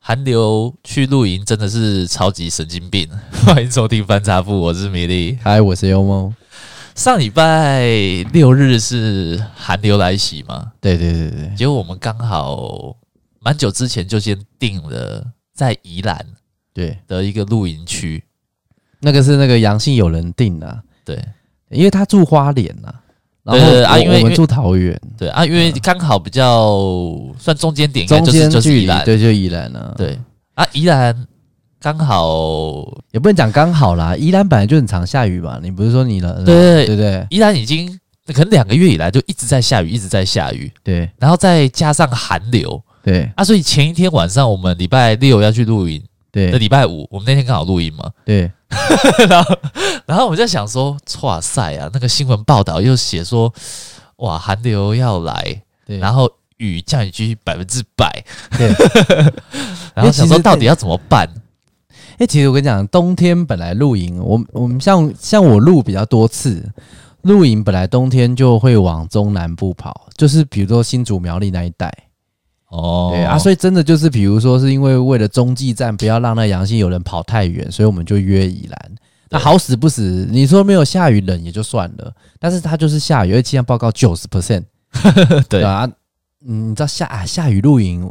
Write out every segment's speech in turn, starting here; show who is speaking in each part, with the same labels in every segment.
Speaker 1: 寒流去露营真的是超级神经病。 欢迎收听翻查部，我是米粒。
Speaker 2: 嗨，我是幽梦。
Speaker 1: 上礼拜六日是寒流来袭嘛，
Speaker 2: 对对对对，
Speaker 1: 结果我们刚好蛮久之前就先定了在宜兰
Speaker 2: 对，
Speaker 1: 的一个露营区。
Speaker 2: 那个是那个阳性有人订的、啊，
Speaker 1: 对
Speaker 2: 因为他住花莲呐、然
Speaker 1: 对对
Speaker 2: 后
Speaker 1: 对啊
Speaker 2: 我
Speaker 1: 因为
Speaker 2: 我
Speaker 1: 因
Speaker 2: 们
Speaker 1: 为
Speaker 2: 住桃园，
Speaker 1: 对啊，因为刚好比较算中间点，应该
Speaker 2: 中
Speaker 1: 就是
Speaker 2: 间
Speaker 1: 就是
Speaker 2: 距
Speaker 1: 宜
Speaker 2: 离
Speaker 1: 兰。
Speaker 2: 对就宜兰啊，，
Speaker 1: 对啊，宜兰刚好
Speaker 2: 也不能讲刚好啦，宜兰本来就很常下雨嘛，你不是说你了，
Speaker 1: 对
Speaker 2: 对对
Speaker 1: 宜兰已经可能两个月以来就一直在下雨，一直在下雨，
Speaker 2: 对
Speaker 1: 然后再加上寒流
Speaker 2: 对
Speaker 1: 啊，所以前一天晚上我们礼拜六要去露营，那
Speaker 2: 对
Speaker 1: 礼拜五我们那天刚好露营嘛，
Speaker 2: 对
Speaker 1: 然后然后我就想说，哇塞啊，那个新闻报道又写说，哇寒流要来，
Speaker 2: 对，
Speaker 1: 然后雨降雨区百分之百，
Speaker 2: 对，
Speaker 1: 然后想
Speaker 2: 因为其
Speaker 1: 说
Speaker 2: 实
Speaker 1: 到底要怎么办？
Speaker 2: 哎、其实我跟你讲，冬天本来露营，我我们像像我露比较多次，露营本来冬天就会往中南部跑，就是比如说新竹苗栗那一带。
Speaker 1: 哦，
Speaker 2: 对啊，所以真的就是，比如说是因为为了中继站不要让那阳性有人跑太远，所以我们就约宜兰。那好死不死，你说没有下雨冷也就算了，但是它就是下雨，而且气象报告九十 percent，
Speaker 1: 以 对
Speaker 2: 对，啊，嗯，你知道下、啊、下雨露营，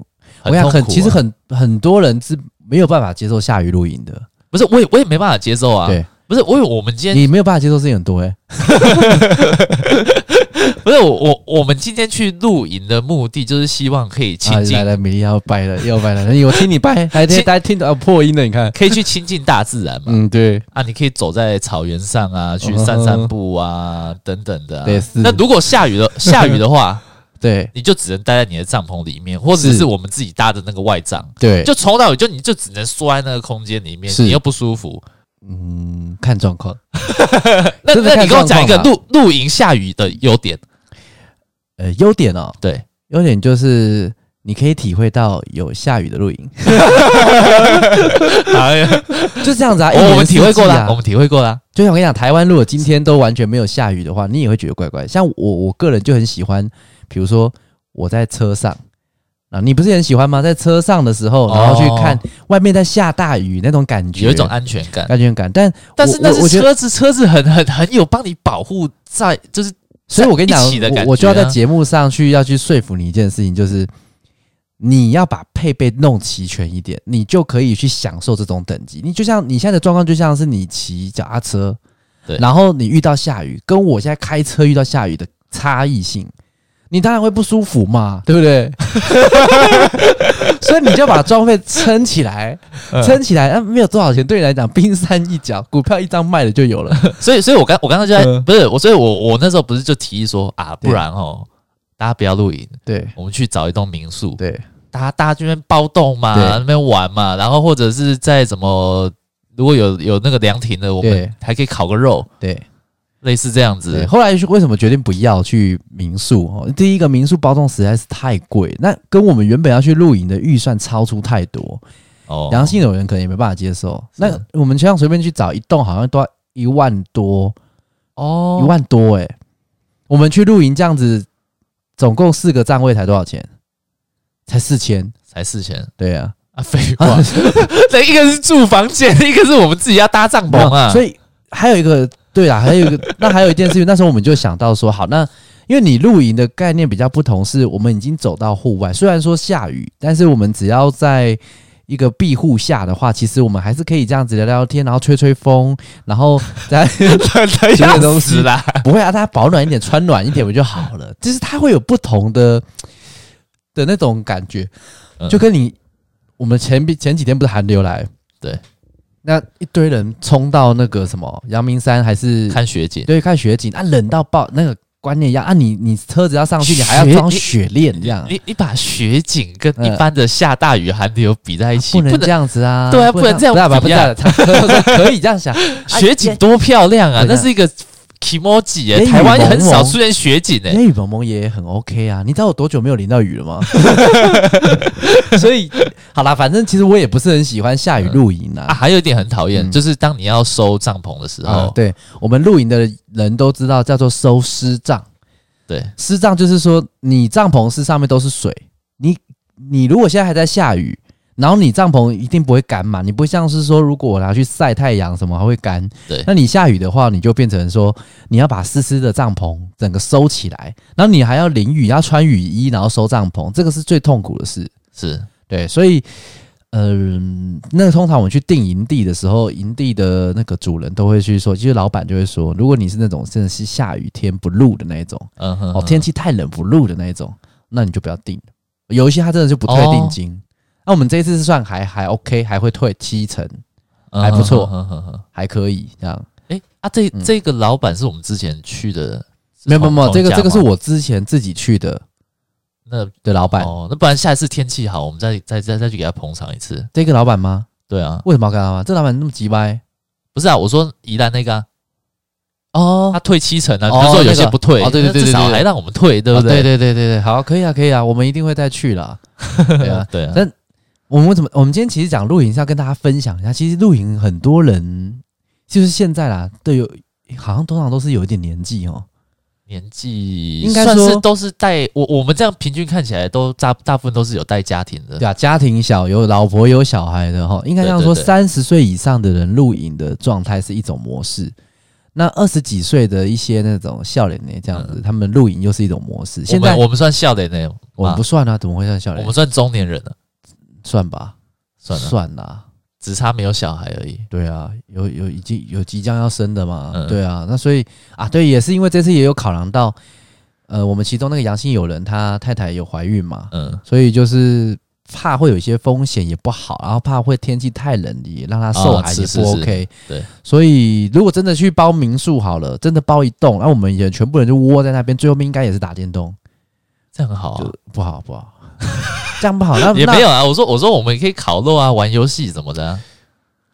Speaker 2: 我
Speaker 1: 很
Speaker 2: 想
Speaker 1: 痛
Speaker 2: 很
Speaker 1: 苦啊
Speaker 2: 其实很很多人是没有办法接受下雨露营的，
Speaker 1: 不是我也我也没办法接受啊，
Speaker 2: 对
Speaker 1: 不是我以为我们今天
Speaker 2: 你没有办法接受事情很多哎、
Speaker 1: 不是我我我们今天去露营的目的就是希望可以
Speaker 2: 啊
Speaker 1: 亲近，
Speaker 2: 来来，米莉要掰了，要掰了， 我听你 掰，还听大家听到、啊、破音了，你看，
Speaker 1: 可以去亲近大自然嘛。
Speaker 2: 嗯，对，
Speaker 1: 啊，你可以走在草原上啊，去散散步啊，等等的、啊。
Speaker 2: 嗯对是
Speaker 1: 那如果下雨 了，下雨的话，
Speaker 2: 对
Speaker 1: 你就只能待在你的帐篷里面，或者
Speaker 2: 是
Speaker 1: 是我们自己搭的那个外帐，
Speaker 2: 对，
Speaker 1: 就从头到尾就你就只能缩在那个空间里面，
Speaker 2: 是
Speaker 1: 你又不舒服。
Speaker 2: 嗯，看状况。
Speaker 1: 那
Speaker 2: 真的
Speaker 1: 那你
Speaker 2: 看
Speaker 1: 跟我讲一个
Speaker 2: 状况啊
Speaker 1: 露露营下雨的优 点，
Speaker 2: 呃，优点哦，
Speaker 1: 对，
Speaker 2: 优点就是你可以体会到有下雨的 露营，
Speaker 1: 哎呀
Speaker 2: 就这样子啊。
Speaker 1: 哦我我们体会过
Speaker 2: 了
Speaker 1: 啦，我，们体会过啦。
Speaker 2: 就像我跟你讲，台湾如果今天都完全没有下雨的话，你也会觉得怪怪。像我，我个人就很喜欢，比如说我在车上啊，你不是也很喜欢吗？在车上的时候，然后去看外面在下大雨那种感觉，
Speaker 1: 哦有一种安全感。
Speaker 2: 安全感。但
Speaker 1: 但是那
Speaker 2: 我我
Speaker 1: 是
Speaker 2: 觉得
Speaker 1: 车子，车子很很很有帮你保护在，就是
Speaker 2: 所以我跟你讲
Speaker 1: 一起的，感觉啊
Speaker 2: 我我就要在节目上去要去说服你一件事情，就是你要把配备弄齐全一点，你就可以去享受这种等级。你就像你现在的状况，就像是你骑脚踏车，
Speaker 1: 对
Speaker 2: 然后你遇到下雨，跟我现在开车遇到下雨的差异性，你当然会不舒服嘛，对不对？ 所以你就把装备撑起来，撑起来，那、没有多少钱，对你来讲冰山一角，股票一张卖了就有了。
Speaker 1: 所以，所以我刚我刚刚就在、
Speaker 2: 嗯
Speaker 1: 不是我，所以我我那时候不是就提议说啊，
Speaker 2: 对
Speaker 1: 不然哦，大家不要露营，
Speaker 2: 对
Speaker 1: 我们去找一栋民宿，
Speaker 2: 对
Speaker 1: 大家大家这边包栋嘛，
Speaker 2: 对
Speaker 1: 那边玩嘛，然后或者是在什么，如果有有那个凉亭的，我们
Speaker 2: 对
Speaker 1: 还可以烤个肉，
Speaker 2: 对。
Speaker 1: 类似这样
Speaker 2: 对，
Speaker 1: 子。
Speaker 2: 后来是为什么决定不要去民宿？哦，第一个民宿包栋实在是太贵，那跟我们原本要去露营的预算超出太多，
Speaker 1: 哦，
Speaker 2: 良心有人可能也没办法接受。
Speaker 1: 是
Speaker 2: 那我们这样随便去找一栋，好像都要一万多，
Speaker 1: 哦，
Speaker 2: 一万多哎、我们去露营这样子，总共四个站位才多少钱？才四千，
Speaker 1: 才四千
Speaker 2: 对啊，
Speaker 1: 啊，废话， 对，一个是住房间，一个是我们自己要搭帐篷啊，
Speaker 2: 所
Speaker 1: 以
Speaker 2: 以还有一个，对啦，还有一个，那 还有一件事情，那时候我们就想到说，好，那因为你露营的概念比较不同，是我们已经走到户外，虽然说下雨，但是我们只要在。一个庇护下的话，其实我们还是可以这样子聊聊天，然后吹吹风，然后 大家
Speaker 1: 有点
Speaker 2: 要
Speaker 1: 东
Speaker 2: 死
Speaker 1: 西啦，
Speaker 2: 不会啊，大家保暖一点，穿暖一点不就 好了？就是它会有不同的的那种感觉，
Speaker 1: 嗯
Speaker 2: 就跟你我们前前几天不是寒流来，
Speaker 1: 对，
Speaker 2: 那一堆人冲到那个什么阳明山还是
Speaker 1: 看雪景。
Speaker 2: 对看雪景啊，冷到爆，那个观念一样啊，你你车子要上去，你还要
Speaker 1: 雪
Speaker 2: 装雪链这样，
Speaker 1: 你你把雪景跟
Speaker 2: 嗯
Speaker 1: 一般的下大雨、寒流比在一起，
Speaker 2: 不能这样子啊，
Speaker 1: 对啊
Speaker 2: 不
Speaker 1: 不能这样
Speaker 2: 不不
Speaker 1: 比啊
Speaker 2: 不不不 可以这样想，
Speaker 1: 雪景多漂亮啊！
Speaker 2: 啊对
Speaker 1: 那
Speaker 2: 啊
Speaker 1: 是一个 emoji 耶、
Speaker 2: 烟雨
Speaker 1: 台湾很少
Speaker 2: 蒙蒙
Speaker 1: 出现雪景诶、
Speaker 2: 因为雨蒙蒙也很 OK 啊，你知道我多久没有淋到雨了吗？所以好啦，反正其实我也不是很喜欢下雨露营
Speaker 1: 啊，
Speaker 2: 啊。
Speaker 1: 还有一点很讨厌，
Speaker 2: 嗯
Speaker 1: 就是当你要收帐篷的时候，
Speaker 2: 啊，对我们露营的人都知道叫做收湿帐，
Speaker 1: 对
Speaker 2: 湿帐就是说你帐篷是上面都是水，你你如果现在还在下雨，然后你帐篷一定不会干嘛，你不像是说如果我拿去晒太阳什么还会干。
Speaker 1: 对
Speaker 2: 那你下雨的话，你就变成说你要把湿湿的帐篷整个收起来，然后你还要淋雨，要穿雨衣，然后收帐篷，这个是最痛苦的事。
Speaker 1: 是
Speaker 2: 对，所以，嗯、那个通常我们去订营地的时候，营地的那个主人都会去说，其实老板就会说，如果你是那种真的是下雨天不录的那一种，
Speaker 1: 嗯哼
Speaker 2: 哦，天气太冷不录的那一种，那你就不要订了。有一些他真的就不退定金。那、我们这一次是算还还 OK，还会退七成，
Speaker 1: 嗯
Speaker 2: 还不错
Speaker 1: 哼哼哼哼
Speaker 2: 还可以这样。
Speaker 1: 哎啊，这
Speaker 2: 嗯
Speaker 1: 这个老板是我们之前去的，是
Speaker 2: 没有没有
Speaker 1: 同
Speaker 2: 没有，这个
Speaker 1: 同
Speaker 2: 这
Speaker 1: 家
Speaker 2: 个是
Speaker 1: 吗
Speaker 2: 我之前自己去的
Speaker 1: 那
Speaker 2: 的老板，
Speaker 1: 哦，那不然下一次天气好，我们再再再再去给他捧场一次。
Speaker 2: 这个老板吗？
Speaker 1: 对啊，
Speaker 2: 为什么要跟他吗？这老板那么急掰
Speaker 1: 不是啊，我说宜兰那个、啊，
Speaker 2: 哦
Speaker 1: 他退七成啊，
Speaker 2: 哦
Speaker 1: 比如说有些
Speaker 2: 那个
Speaker 1: 不退，
Speaker 2: 哦对对
Speaker 1: 那
Speaker 2: 对对
Speaker 1: 至
Speaker 2: 对
Speaker 1: 少
Speaker 2: 对
Speaker 1: 还让我们退，对不
Speaker 2: 对对
Speaker 1: 对？
Speaker 2: 对对对对，好，可以啊，可以啊，我们一定会再去啦。对啊，
Speaker 1: 对啊
Speaker 2: 但，我们为什么？我们今天其实讲露营是要跟大家分享一下，其实露营很多人就是现在啦，对有好像通常都是有一点年纪哦，
Speaker 1: 年纪
Speaker 2: 应该
Speaker 1: 算是
Speaker 2: 说
Speaker 1: 都是带我我们这样平均看起来都大大部分都是有带家庭的，
Speaker 2: 对啊，家庭小有老婆有小孩的哈，应该这样说，
Speaker 1: 对对对
Speaker 2: 三十岁以上的人露营的状态是一种模式。那二十几岁的一些那种笑脸呢，这样子，他们露营又是一种模式。现在
Speaker 1: 嗯我们我们算笑脸呢，
Speaker 2: 我们不算啊，怎么会算笑
Speaker 1: 我
Speaker 2: 脸
Speaker 1: 们？算中年人了，
Speaker 2: 算吧，
Speaker 1: 算啊了，
Speaker 2: 算啦，
Speaker 1: 只差没有小孩而已。
Speaker 2: 对啊，有有已经有即将要生的嘛，
Speaker 1: 嗯
Speaker 2: 对啊，那所以啊，对，也是因为这次也有考量到，呃，我们其中那个阳性友人他太太有怀孕嘛，
Speaker 1: 嗯，
Speaker 2: 所以就是怕会有一些风险也不好，然后怕会天气太冷也让他受
Speaker 1: 啊
Speaker 2: 寒
Speaker 1: 是
Speaker 2: 也
Speaker 1: 是
Speaker 2: 不
Speaker 1: 是
Speaker 2: OK，、
Speaker 1: 对，
Speaker 2: 所以如果真的去包民宿好了，真的包一栋，那我们也全部人就窝在那边，最后面应该也是打电动，
Speaker 1: 这样很好、啊
Speaker 2: 就。不好 不好，这样不好，那
Speaker 1: 也没
Speaker 2: 有，
Speaker 1: 有啊，我说我说我们可以烤肉啊，玩游戏什么的啊、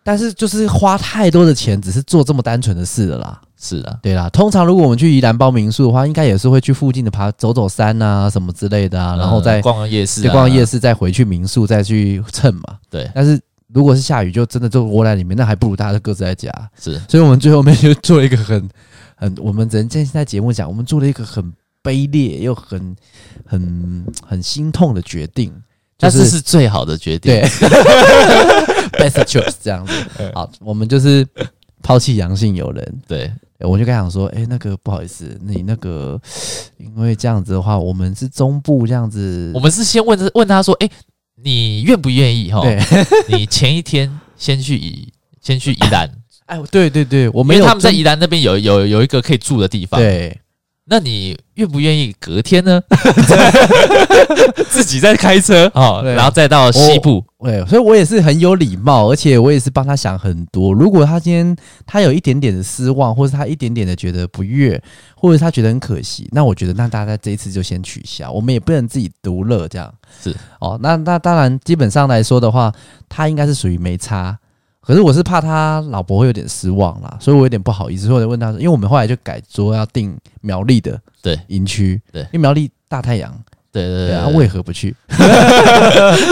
Speaker 2: 但是就是花太多的钱，只是做这么单纯的事了啦。
Speaker 1: 是啊，
Speaker 2: 对啦，通常如果我们去宜兰包民宿的话，应该也是会去附近的爬走走山啊什么之类的啊，然后再
Speaker 1: 嗯、逛夜市、啊，
Speaker 2: 去逛夜市，再回去民宿，再去蹭嘛。
Speaker 1: 对，
Speaker 2: 但是如果是下雨，就真的就窝在里面，那还不如大家都各自在家。
Speaker 1: 是
Speaker 2: 所以我们最后面就做一个很很，我们人现在节目讲，我们做了一个很卑劣又很很很心痛的决定，就
Speaker 1: 但是是最好的决定。
Speaker 2: 对 best choice 这样子。
Speaker 1: 嗯
Speaker 2: 好，我们就是抛弃阳性友人。
Speaker 1: 对
Speaker 2: 欸我就跟他讲说，哎、那个不好意思，你那个，因为这样子的话，我们是中部这样子
Speaker 1: 我，们哦是先问问他说，哎、你愿不愿意哈？
Speaker 2: 对，
Speaker 1: 你前一天先去宜，先去宜 兰，
Speaker 2: 哎，对对对，我
Speaker 1: 因
Speaker 2: 们
Speaker 1: 为
Speaker 2: 有
Speaker 1: 他们在
Speaker 2: 中
Speaker 1: 宜兰那边有有有一个可以住的地方。，
Speaker 2: 对，
Speaker 1: 那你愿不愿意隔天 呢？自己再开车哦，
Speaker 2: 对哦
Speaker 1: 然后再到西部。
Speaker 2: 对，哎所以我也是很有礼貌，而且我也是帮他想很多。如果他今天他有一点点的失望，或是他一点点的觉得不悦，或者他觉得很可惜，那我觉得那大家这一次就先取消，我们也不能自己独乐这样。
Speaker 1: 是
Speaker 2: 哦，那那当然，基本上来说的话，他应该是属于没差。可是我是怕他老婆会有点失望啦，所以我有点不好意思，所以我就问他说，因为我们后来就改说要定苗栗的
Speaker 1: 对
Speaker 2: 营区，
Speaker 1: 对
Speaker 2: 因为苗栗大太阳，
Speaker 1: 对对
Speaker 2: 对
Speaker 1: 对，
Speaker 2: 啊，
Speaker 1: 对
Speaker 2: 为何不去？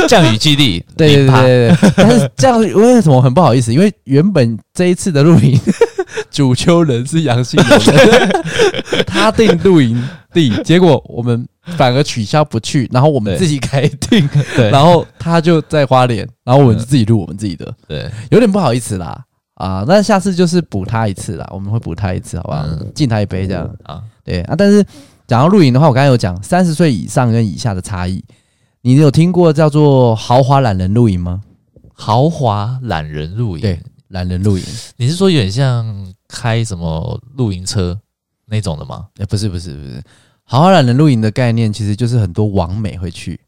Speaker 1: 降雨基 地，
Speaker 2: 对对
Speaker 1: 零趴
Speaker 2: 对对对，但是这样为什么很不好意思？因为原本这一次的露营 主修人 是杨信友，他定露营地，结果我们反而取消不去，然后我们
Speaker 1: 对
Speaker 2: 自己改 定，
Speaker 1: 对
Speaker 2: 然后他就在花 莲，然后我们就自己录我们自己的，
Speaker 1: 对，
Speaker 2: 有点不好意思啦啊，那下次就是补他一次啦，我们会补他一次，好不好
Speaker 1: 嗯？
Speaker 2: 敬他一杯这样。
Speaker 1: 啊，
Speaker 2: 对啊，但是讲到露营的话，我刚才有讲三十岁以上跟以下的差异，你有听过叫做豪华懒人露营吗？
Speaker 1: 豪华懒人露营。
Speaker 2: 对，懒人露营？
Speaker 1: 你是说有点像开什么露营车那种的吗？
Speaker 2: 哎、不是不是不是，豪华懒人露营的概念其实就是很多网美会去，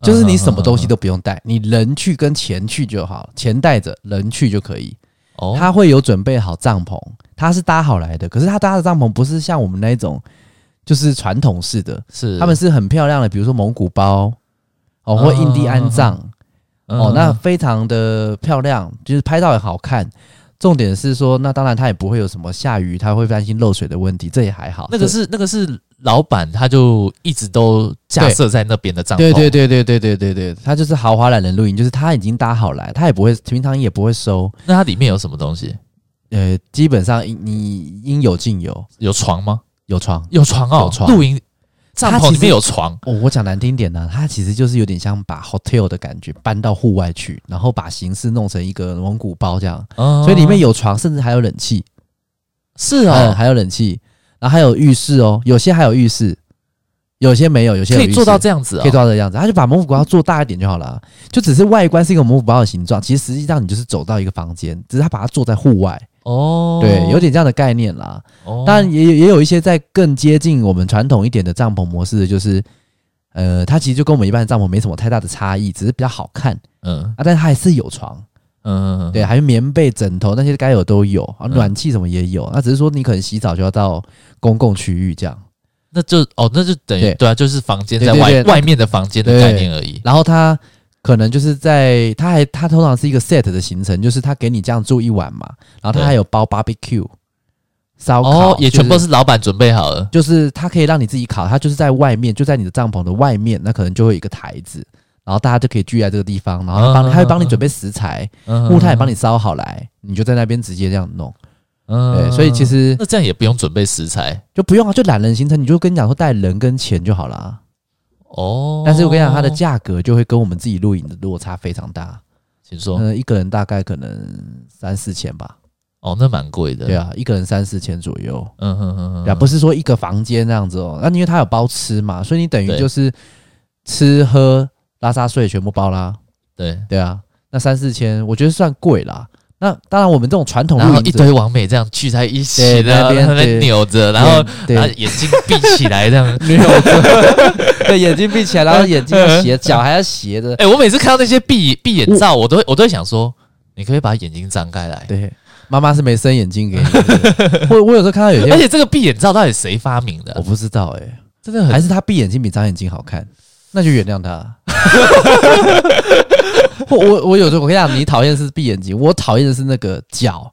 Speaker 1: 嗯
Speaker 2: 就是你什么东西都不用带，你人去跟钱去就好，钱带着人去就可以。
Speaker 1: 哦，
Speaker 2: 他会有准备好帐篷，他是搭好来的，可是他搭的帐篷不是像我们那一种，就是传统式的，
Speaker 1: 是
Speaker 2: 他们是很漂亮的，比如说蒙古包哦，或印第安帐。
Speaker 1: 嗯
Speaker 2: 哦，那非常的漂亮，就是拍照也好看。重点是说，那当然它也不会有什么下雨，它会担心漏水的问题，这也还好。
Speaker 1: 那个
Speaker 2: 这
Speaker 1: 是那个是老板，他就一直都架设在那边的帐篷，
Speaker 2: 对对对对对对对对，它就是豪华懒人露营，就是它已经搭好来，它也不会平常也不会收，
Speaker 1: 那它里面有什么东西？
Speaker 2: 呃，基本上应你应有尽有，
Speaker 1: 有床吗？
Speaker 2: 有床，
Speaker 1: 有床哦，
Speaker 2: 有床
Speaker 1: 露营帐
Speaker 2: 它
Speaker 1: 篷
Speaker 2: 其
Speaker 1: 里面
Speaker 2: 实
Speaker 1: 有床，
Speaker 2: 哦，我讲难听点呢、它其实就是有点像把 hotel 的感觉搬到户外去，然后把形式弄成一个蒙古包这样，所
Speaker 1: 所
Speaker 2: 以里面有床，甚至还有冷气，
Speaker 1: 哦是
Speaker 2: 嗯，
Speaker 1: 哦，
Speaker 2: 还有冷气，然后还有浴室哦，有些还有浴室，有些没有，有些有
Speaker 1: 可
Speaker 2: 浴
Speaker 1: 以做
Speaker 2: 室
Speaker 1: 到这样子哦
Speaker 2: 可以做到这样子，他就把蒙古包做大一点就好了啊，就只是外观是一个蒙古包的形状，其实实际上你就是走到一个房间，只是他把它做在户外，
Speaker 1: 哦，
Speaker 2: 对，有点这样的概念啦。
Speaker 1: 哦，
Speaker 2: 当然也有也有一些在更接近我们传统一点的帐篷模式的，就是呃，它其实就跟我们一般的帐篷没什么太大的差异，只是比较好看
Speaker 1: 嗯
Speaker 2: 啊，但是它还是有床，
Speaker 1: 嗯，
Speaker 2: 对，还有棉被、枕头那些该有都有啊，暖气什么也有，那、只是说你可能洗澡就要到公共区域这样。
Speaker 1: 那就哦，那就等于
Speaker 2: 对
Speaker 1: 对啊，就是房间
Speaker 2: 对
Speaker 1: 在
Speaker 2: 对
Speaker 1: 外
Speaker 2: 对
Speaker 1: 外面的房间的
Speaker 2: 对
Speaker 1: 概念而已。
Speaker 2: 然后他可能就是在，他还他通常是一个 set 的行程，就是他给你这样住一晚嘛，然后
Speaker 1: 对
Speaker 2: 他还有包 barbecue 烧烤，
Speaker 1: 哦，也全部都
Speaker 2: 是
Speaker 1: 是老板准备好了。
Speaker 2: 就是他可以让你自己烤，他就是在外面，就在你的帐篷的外面，那可能就会有一个台子，然后大家就可以聚在这个地方，然后他帮
Speaker 1: 嗯
Speaker 2: 你
Speaker 1: 嗯
Speaker 2: 他会帮你
Speaker 1: 嗯
Speaker 2: 准备食材，
Speaker 1: 嗯
Speaker 2: 木炭也帮你烧好来，你就在那边直接这样弄，
Speaker 1: 嗯
Speaker 2: 对，所以其实
Speaker 1: 那这样也不用准备食材
Speaker 2: 就不用啊，就懒人行程，你就跟你讲说带人跟钱就好啦。
Speaker 1: 哦。
Speaker 2: 但是我跟你讲，它的，价格就会跟我们自己露营的落差非常大。
Speaker 1: 请说
Speaker 2: 嗯、一个人大概可能三四千吧。
Speaker 1: 哦，那蛮贵的。
Speaker 2: 对，啊，一个人三四千左右。
Speaker 1: 嗯哼哼
Speaker 2: 对啊，
Speaker 1: 哼，
Speaker 2: 不是说一个房间那样子哦。那因为它有包吃嘛，所以你等于
Speaker 1: 对
Speaker 2: 就是吃喝拉撒睡全部包啦。
Speaker 1: 对。
Speaker 2: 对啊，那三四千我觉得算贵啦。那当然，我们这种传统
Speaker 1: 然
Speaker 2: 露
Speaker 1: 后
Speaker 2: 营
Speaker 1: 一
Speaker 2: 者
Speaker 1: 堆网美这样聚在一起，
Speaker 2: 对
Speaker 1: 然后
Speaker 2: 那边
Speaker 1: 在那边
Speaker 2: 对
Speaker 1: 扭着，然后啊
Speaker 2: 对
Speaker 1: 然后眼睛闭起来这样。
Speaker 2: 女友子 对眼睛闭起来， 然后眼睛要斜，脚还要斜着。
Speaker 1: 哎，我每次看到那些闭闭眼照，我都会我都会想说，你可以把眼睛张开来。
Speaker 2: 对，妈妈是没伸眼睛给你 的。我我有时候看到有
Speaker 1: 而
Speaker 2: 些，
Speaker 1: 且这个闭眼罩到底谁发明的
Speaker 2: 我
Speaker 1: 啊？
Speaker 2: 不知道哎、
Speaker 1: 真的很
Speaker 2: 还是他闭眼睛比张眼睛好看，那就原 谅他。我我我有时候我跟你讲，你讨厌的是闭眼睛，我讨厌的是那个脚，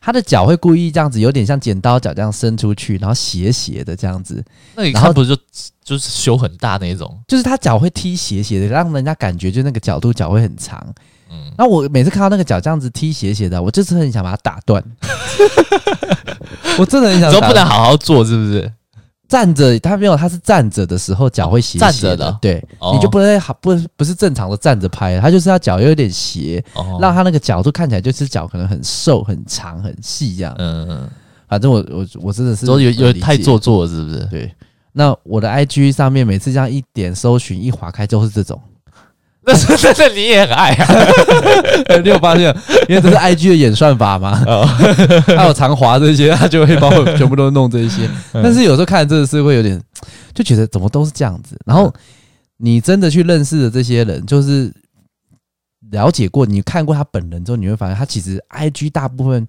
Speaker 2: 他的脚会故意这样子，有点像剪刀脚这样伸出去，然后斜斜的这样子，
Speaker 1: 那你
Speaker 2: 然
Speaker 1: 看
Speaker 2: 后
Speaker 1: 不是就就是修很大那一种？
Speaker 2: 就是他脚会踢斜斜的，让人家感觉就那个角度脚会很长。
Speaker 1: 嗯，
Speaker 2: 那我每次看到那个脚这样子踢斜斜的，我就是很想把它打断。 我真的很想
Speaker 1: 你说
Speaker 2: 打断，
Speaker 1: 不能好好做是不是？
Speaker 2: 站着，他没有，他是站着的时候脚会斜斜
Speaker 1: 站着的
Speaker 2: 的，对，
Speaker 1: 哦
Speaker 2: 你就不能好不不是正常的站着拍，他就是要脚有点斜，
Speaker 1: 哦
Speaker 2: 让他那个角度看起来就是脚可能很瘦、很长、很细这样。
Speaker 1: 嗯，嗯
Speaker 2: 反正我我我真的是
Speaker 1: 嗯说有
Speaker 2: 不
Speaker 1: 有
Speaker 2: 理解
Speaker 1: 太做作了是不 是？
Speaker 2: 对。那我的 IG 上面每次这样一点搜寻一划开就是这种，
Speaker 1: 那那那你也很爱啊？
Speaker 2: 你有发现？因为这是 IG 的演算法嘛， 他有常滑这些，他就会帮我全部都弄这些。但是有时候看真的是会有点，就觉得怎么都是这样子。然后你真的去认识的这些人，就是了解过，你看过他本人之后，你会发现他其实 IG 大部分。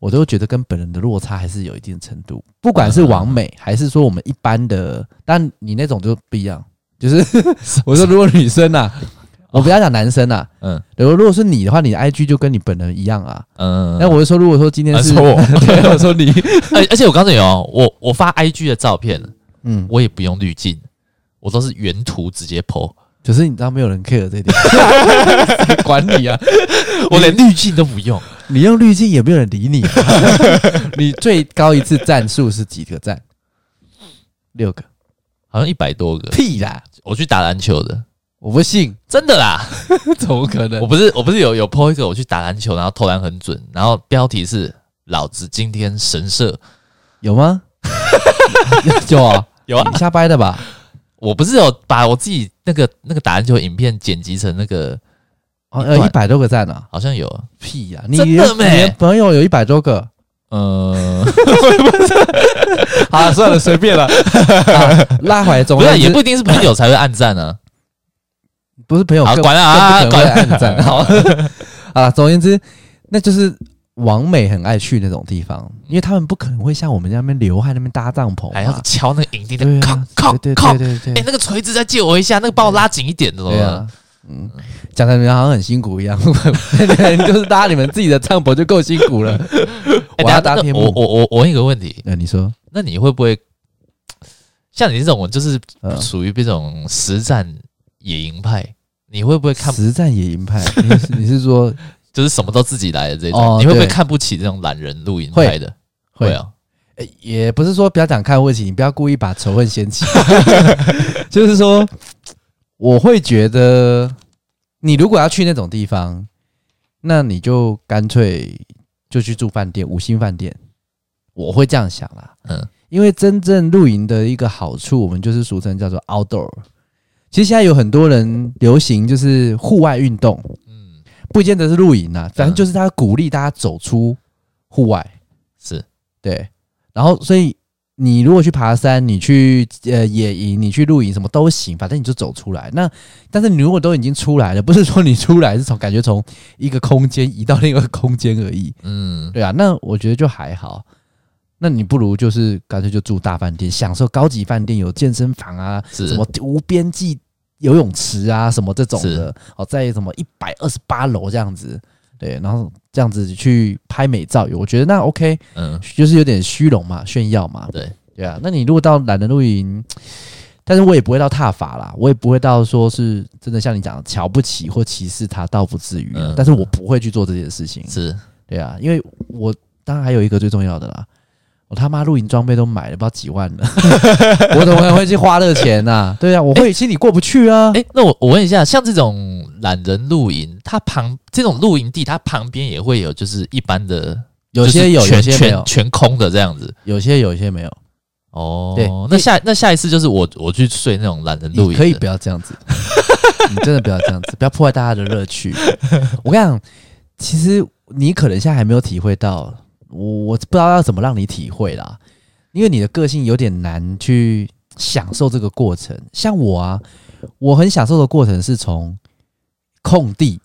Speaker 2: 我都觉得跟本人的落差还是有一定程度，不管是完美还是说我们一般的，但你那种就不一样。就是 我说，如果女生啊，我不要讲男生啊，
Speaker 1: 嗯
Speaker 2: 如果如果是你的话，你的 IG 就跟你本人一样啊。
Speaker 1: 嗯，
Speaker 2: 那、我就说，如果说今天
Speaker 1: 还
Speaker 2: 啊是
Speaker 1: 说我，
Speaker 2: 对，我说你，
Speaker 1: 而而且我告诉你哦，我我发 IG 的照片，
Speaker 2: 嗯，
Speaker 1: 我也不用滤镜，我都是原图直接 PO，
Speaker 2: 可是你知道没有人 care 这一点，谁管你啊！
Speaker 1: 我连滤镜都不用。
Speaker 2: 你用滤镜也没有人理你、 啊。你最高一次赞数是几个赞？六个？
Speaker 1: 好像一百多个，
Speaker 2: 屁啦！
Speaker 1: 我去打篮球的，
Speaker 2: 我不信，
Speaker 1: 真的啦！
Speaker 2: 怎么可能
Speaker 1: 我？不是我不是有有 PO 一个我去打篮球，然后投篮很准，然后标题是“老子今天神射
Speaker 2: 有吗？ 有啊，”，
Speaker 1: 有啊
Speaker 2: 你，瞎掰的吧？
Speaker 1: 我不是有把我自己那个那个打篮球影片剪辑成那个，
Speaker 2: 哦，
Speaker 1: 一
Speaker 2: 有
Speaker 1: 段
Speaker 2: 一百多个赞啊！
Speaker 1: 好像有，
Speaker 2: 屁呀、你
Speaker 1: 真的
Speaker 2: 连
Speaker 1: 咩
Speaker 2: 你连朋友有一百多个？
Speaker 1: 呃，
Speaker 2: 好、啊，算了，随便 了、拉回来总
Speaker 1: 不
Speaker 2: 而
Speaker 1: 是，啊
Speaker 2: 言之
Speaker 1: 也不一定是朋友才会暗赞 啊。
Speaker 2: 不是朋友
Speaker 1: 好
Speaker 2: 更，
Speaker 1: 管了啊
Speaker 2: 更不可能会暗 赞。好 啊，总而言之，那就是王美很爱去那种地方，因为他们不可能会像我们在那边流汗、那边搭帐篷嘛，
Speaker 1: 还要敲那哎个营地的
Speaker 2: 对
Speaker 1: 靠
Speaker 2: 啊，
Speaker 1: 靠
Speaker 2: 对
Speaker 1: 靠
Speaker 2: 对，对对
Speaker 1: 哎，
Speaker 2: 对，
Speaker 1: 那个锤子再借我一下，那个帮我拉紧一点，怎么
Speaker 2: 对
Speaker 1: 了
Speaker 2: 啊？，嗯，讲的你们好像 很辛苦一样，就是搭你们自己的帐篷就够辛 苦了。
Speaker 1: 哎，
Speaker 2: 我要
Speaker 1: 等下
Speaker 2: 搭
Speaker 1: 那
Speaker 2: 天
Speaker 1: 我
Speaker 2: 幕，哎
Speaker 1: 我我我问一个问题，
Speaker 2: 那你说，
Speaker 1: 那你会不会像你这种，就是
Speaker 2: 嗯
Speaker 1: 属于这种实战野营派？你会不会看，
Speaker 2: 实战野营派，你是你是说
Speaker 1: 就是什么都自己来的这种？
Speaker 2: 哦
Speaker 1: 你会不会
Speaker 2: 对
Speaker 1: 看不起这种懒人露营
Speaker 2: 会
Speaker 1: 派的？
Speaker 2: 会
Speaker 1: 啊，
Speaker 2: 呃也不是说不要讲看问题，你不要故意把仇恨掀起， 就是说，我会觉得，你如果要去那种地方，那你就干脆就去住饭店，五星饭店，我会这样想啦。
Speaker 1: 嗯，
Speaker 2: 因为真正露营的一个好处，我们就是俗称叫做 outdoor。其实现在有很多人流行就是户外运动，
Speaker 1: 嗯，
Speaker 2: 不见得是露营啊，反正就是他鼓励大家走出户外。
Speaker 1: 是，
Speaker 2: 对，然后所以你如果去爬山，你去呃野营，你去露营，什么都行，反正你就走出来。那但是你如果都已经出来了，不是说你出来是从感觉从一个空间移到另一个空间而已。
Speaker 1: 嗯，
Speaker 2: 对啊，那我觉得就还好。那你不如就是干脆就住大饭店，享受高级饭店有健身房啊，
Speaker 1: 是
Speaker 2: 什么无边际游泳池啊，什么这种的哦，在什么一百二十八楼这样子，对，然后这样子去拍美照，我觉得那 OK，
Speaker 1: 嗯，
Speaker 2: 就是有点虚荣嘛，炫耀嘛，
Speaker 1: 对，
Speaker 2: 对啊。那你如果到懒得露营，但是我也不会到踏法啦，我也不会到说是真的像你讲的瞧不起或歧视他，倒不至于啊、
Speaker 1: 嗯
Speaker 2: 但是我不会去做这件事情，
Speaker 1: 是，
Speaker 2: 对啊，因为我当然还有一个最重要的啦，我他妈露营装备都买了，不知道几万了， 我怎么可能会去花这钱呐、啊？对啊，我会心里过不去啊。
Speaker 1: 哎、那我我问一下，像这种懒人露营，它旁这种露营地，它旁边也会有就是一般的，
Speaker 2: 有些有，
Speaker 1: 就是全
Speaker 2: 有些没有
Speaker 1: 全，全空的这样子。
Speaker 2: 有些有，有些没有。
Speaker 1: 哦，
Speaker 2: 对
Speaker 1: 那下那下一次就是我我去睡那种懒人露
Speaker 2: 你
Speaker 1: 营，
Speaker 2: 可以不要这样子， 你真的不要这样子，不要破坏大家的乐趣。 我跟你讲，其实你可能现在还没有体会到，我我不知道要怎么让你体会啦，因为你的个性有点难去享受这个过程。像我啊，我很享受的过程是从空地，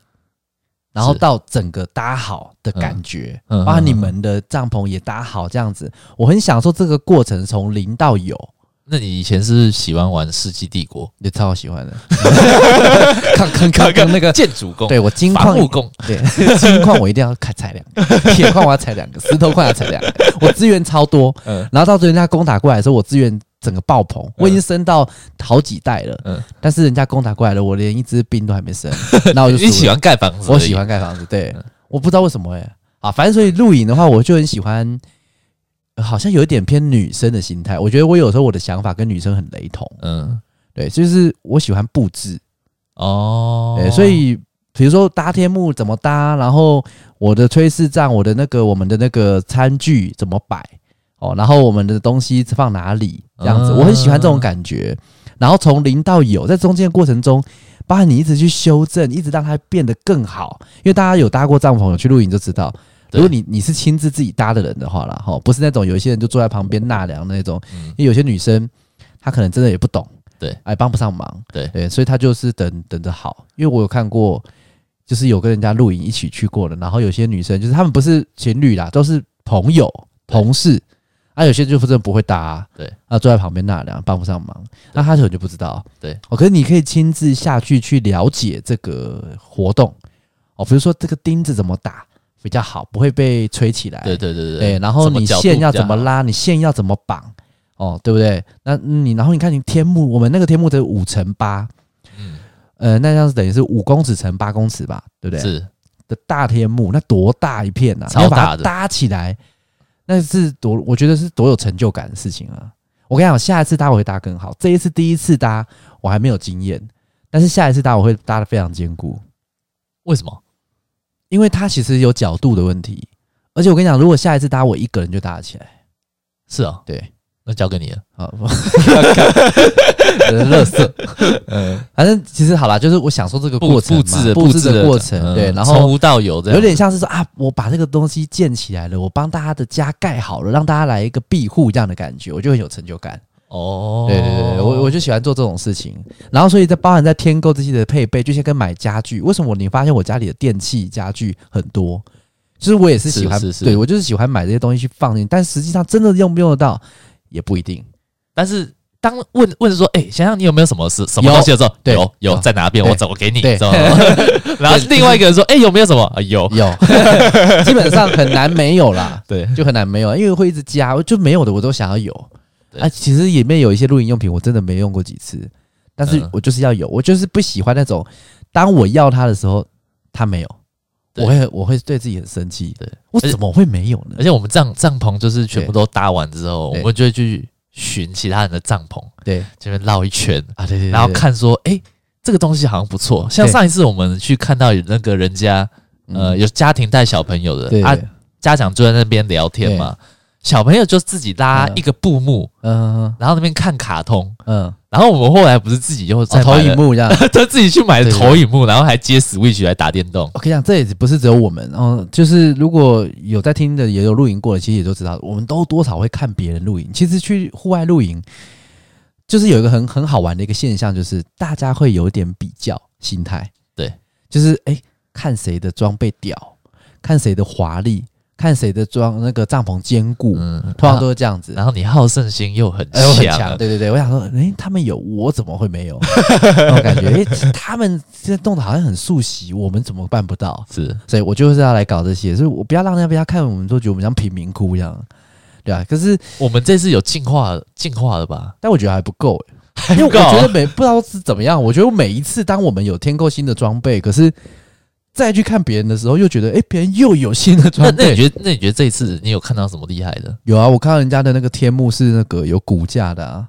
Speaker 2: 然后
Speaker 1: 是
Speaker 2: 到整个搭好的感觉，
Speaker 1: 嗯嗯嗯
Speaker 2: 包含啊你们的帐篷也搭好这样子，我很享受这个过程，从零到有。
Speaker 1: 那你以前是不是喜欢玩《世纪帝国》
Speaker 2: 也超喜欢的，看看看看那 个，
Speaker 1: 建筑工、
Speaker 2: 对我金
Speaker 1: 伐
Speaker 2: 矿，
Speaker 1: 木工，
Speaker 2: 对金矿我一定要看踩两个， 铁矿我要踩两个，石头矿要踩两个，我资源超多。
Speaker 1: 嗯
Speaker 2: 然后到最后人家攻打过来的时候，我资源整个爆棚，我已经升到好几代了，
Speaker 1: 嗯，
Speaker 2: 但是人家攻打过来了，我连一支兵都还没升，那我就输
Speaker 1: 你
Speaker 2: 了
Speaker 1: 喜欢盖房子，
Speaker 2: 我喜，欢盖房子，对，我不知道为什么哎、啊，反正所以露营的话，我就很喜欢。呃好像有一点偏女生的心态，我觉得我有时候我的想法跟女生很雷同，
Speaker 1: 嗯，
Speaker 2: 对，就是我喜欢布置，
Speaker 1: 哦，
Speaker 2: 对，所以比如说搭天幕怎么搭，然后我的炊事帐，我的那个我们的那个餐具怎么摆，哦，然后我们的东西放哪里，这样子，
Speaker 1: 嗯
Speaker 2: 我很喜欢这种感觉。然后从零到有，在中间的过程中，包含你一直去修正，一直让它变得更好。因为大家有搭过帐篷，有去露营就知道，
Speaker 1: 对
Speaker 2: 如果你你是亲自自己搭的人的话啦，哈，不是那种有一些人就坐在旁边纳凉的那种，
Speaker 1: 嗯
Speaker 2: 因为有些女生她可能真的也不懂，
Speaker 1: 对，
Speaker 2: 哎，帮不上忙，
Speaker 1: 对
Speaker 2: 对，所以她就是等等着好，因为我有看过，就是有跟人家露营一起去过的，然后有些女生就是她们不是情侣啦，都是朋友
Speaker 1: 对
Speaker 2: 同事，啊，有些就真的不会搭、啊，
Speaker 1: 对，
Speaker 2: 啊，坐在旁边纳凉帮不上忙，那她可能就不知道，
Speaker 1: 对，
Speaker 2: 哦，可是你可以亲自下去去了解这个活动，哦，比如说这个钉子怎么打比较好，不会被吹起来，
Speaker 1: 对对对
Speaker 2: 对，然后
Speaker 1: 什么
Speaker 2: 你
Speaker 1: 角度啊
Speaker 2: 线要
Speaker 1: 比较
Speaker 2: 怎么
Speaker 1: 好？
Speaker 2: 拉，你线要怎么绑，哦，对不对？那嗯你然后你看你天幕，我们那个天幕的五乘八，
Speaker 1: 嗯，
Speaker 2: 呃，那这样子等于是五公尺乘八公尺吧，对不对？
Speaker 1: 是，
Speaker 2: 的大天幕，那多大一片呐、啊！
Speaker 1: 超
Speaker 2: 你要把
Speaker 1: 大
Speaker 2: 它
Speaker 1: 的
Speaker 2: 搭起来，那是多，我觉得是多有成就感的事情啊！我跟你讲，下一次搭我会搭更好，这一次第一次搭我还没有经验，但是下一次搭我会搭的非常坚固。
Speaker 1: 为什么？
Speaker 2: 因为它其实有角度的问题，而且我跟你讲，如果下一次搭我一个人就搭得起来，
Speaker 1: 是啊，
Speaker 2: 对，
Speaker 1: 那交给你了。
Speaker 2: 啊，不 乐色，
Speaker 1: 嗯，
Speaker 2: 反正其实好啦，就是我享受这个
Speaker 1: 布
Speaker 2: 过程嘛
Speaker 1: 布置的
Speaker 2: 布置
Speaker 1: 的
Speaker 2: 的过程，
Speaker 1: 嗯
Speaker 2: 对，然
Speaker 1: 从
Speaker 2: 后
Speaker 1: 无到有这样，
Speaker 2: 有点像是说啊，我把这个东西建起来了，我帮大家的家盖好了，让大家来一个庇护这样的感觉，我就很有成就感。
Speaker 1: 哦，
Speaker 2: 对对对，我我就喜欢做这种事情。然后所以在包含在添购这些的配备，就像跟买家具，为什么你发现我家里的电器家具很多？就是我也是喜欢，
Speaker 1: 是是是
Speaker 2: 对我就是喜欢买这些东西去放进，但实际上真的用不用得到也不一定。
Speaker 1: 但是当问问说，哎、想想你有没有什么事什么
Speaker 2: 有
Speaker 1: 东西的时候，
Speaker 2: 对
Speaker 1: 有有
Speaker 2: 有
Speaker 1: 在哪边，
Speaker 2: 对
Speaker 1: 我走我给你，
Speaker 2: 对
Speaker 1: 知道吗？然后另外一个人说，哎、有没有什么？啊、有，
Speaker 2: 有， 基本上很难没有啦，
Speaker 1: 对，
Speaker 2: 就很难没有，因为会一直加，就没有的我都想要有。
Speaker 1: 对
Speaker 2: 啊，其实里面有一些露营用品，我真的没用过几次，但是
Speaker 1: 嗯
Speaker 2: 我就是要有，我就是不喜欢那种，当我要它的时候，它没有，我会我会对自己很生气。
Speaker 1: 对，
Speaker 2: 我
Speaker 1: 而且
Speaker 2: 怎么会没有呢
Speaker 1: 而？且我们帐帐篷就是全部都搭完之后，我
Speaker 2: 对
Speaker 1: 们就会去寻其他人的帐篷，
Speaker 2: 对
Speaker 1: 这边绕一圈，
Speaker 2: 啊，对对对，
Speaker 1: 然后
Speaker 2: 对，
Speaker 1: 看说，哎、这个东西好像不错。像
Speaker 2: 对嗯
Speaker 1: 上一次我们去看到有那个人家，呃，有家庭带小朋友的，
Speaker 2: 对
Speaker 1: 啊，家长就在那边聊天嘛，小朋友就自己拉
Speaker 2: 嗯
Speaker 1: 一个布幕，
Speaker 2: 嗯
Speaker 1: 然后那边看卡通。
Speaker 2: 嗯，
Speaker 1: 然后我们后来不是自己又在、
Speaker 2: 哦 投影，幕这样。
Speaker 1: 他自己去买
Speaker 2: 对对
Speaker 1: 投影幕，然后还接 Switch 来打电动。
Speaker 2: 我跟你讲，这也不是只有我们，哦，就是如果有在听的，也有露营过的，其实也都知道，我们都多少会看别人露营。其实去户外露营，就是有一个很很好玩的一个现象，就是大家会有点比较心态，
Speaker 1: 对，
Speaker 2: 就是哎、诶看谁的装备屌，看谁的华丽，看谁的装那个帐篷坚固，
Speaker 1: 嗯，
Speaker 2: 通常都是这样子。
Speaker 1: 然后你好胜心又很
Speaker 2: 哎，我很
Speaker 1: 强啊
Speaker 2: 强，，对对对，我想说，哎、他们有，我怎么会没有？ 那种感觉，哎、他们这动的好像很熟悉，我们怎么办不到？
Speaker 1: 是
Speaker 2: 所以我就是要来搞这些，所以我不要让人家看我们都觉得我们像贫民窟一样，对啊，可是，
Speaker 1: 我们这次有进化进化了吧？
Speaker 2: 但我觉得还不够、欸，
Speaker 1: 还
Speaker 2: 因为
Speaker 1: 不
Speaker 2: 我
Speaker 1: 够啊
Speaker 2: 觉得每不知道是怎么样，我觉得每一次当我们有添购新的装备，可是再去看别人的时候，又觉得哎，诶别、人又有新的
Speaker 1: 那
Speaker 2: 装
Speaker 1: 那你
Speaker 2: 备。
Speaker 1: 觉得那你觉得这一次你有看到什么厉害的？
Speaker 2: 有啊，我看到人家的那个天幕是那个有骨架的啊，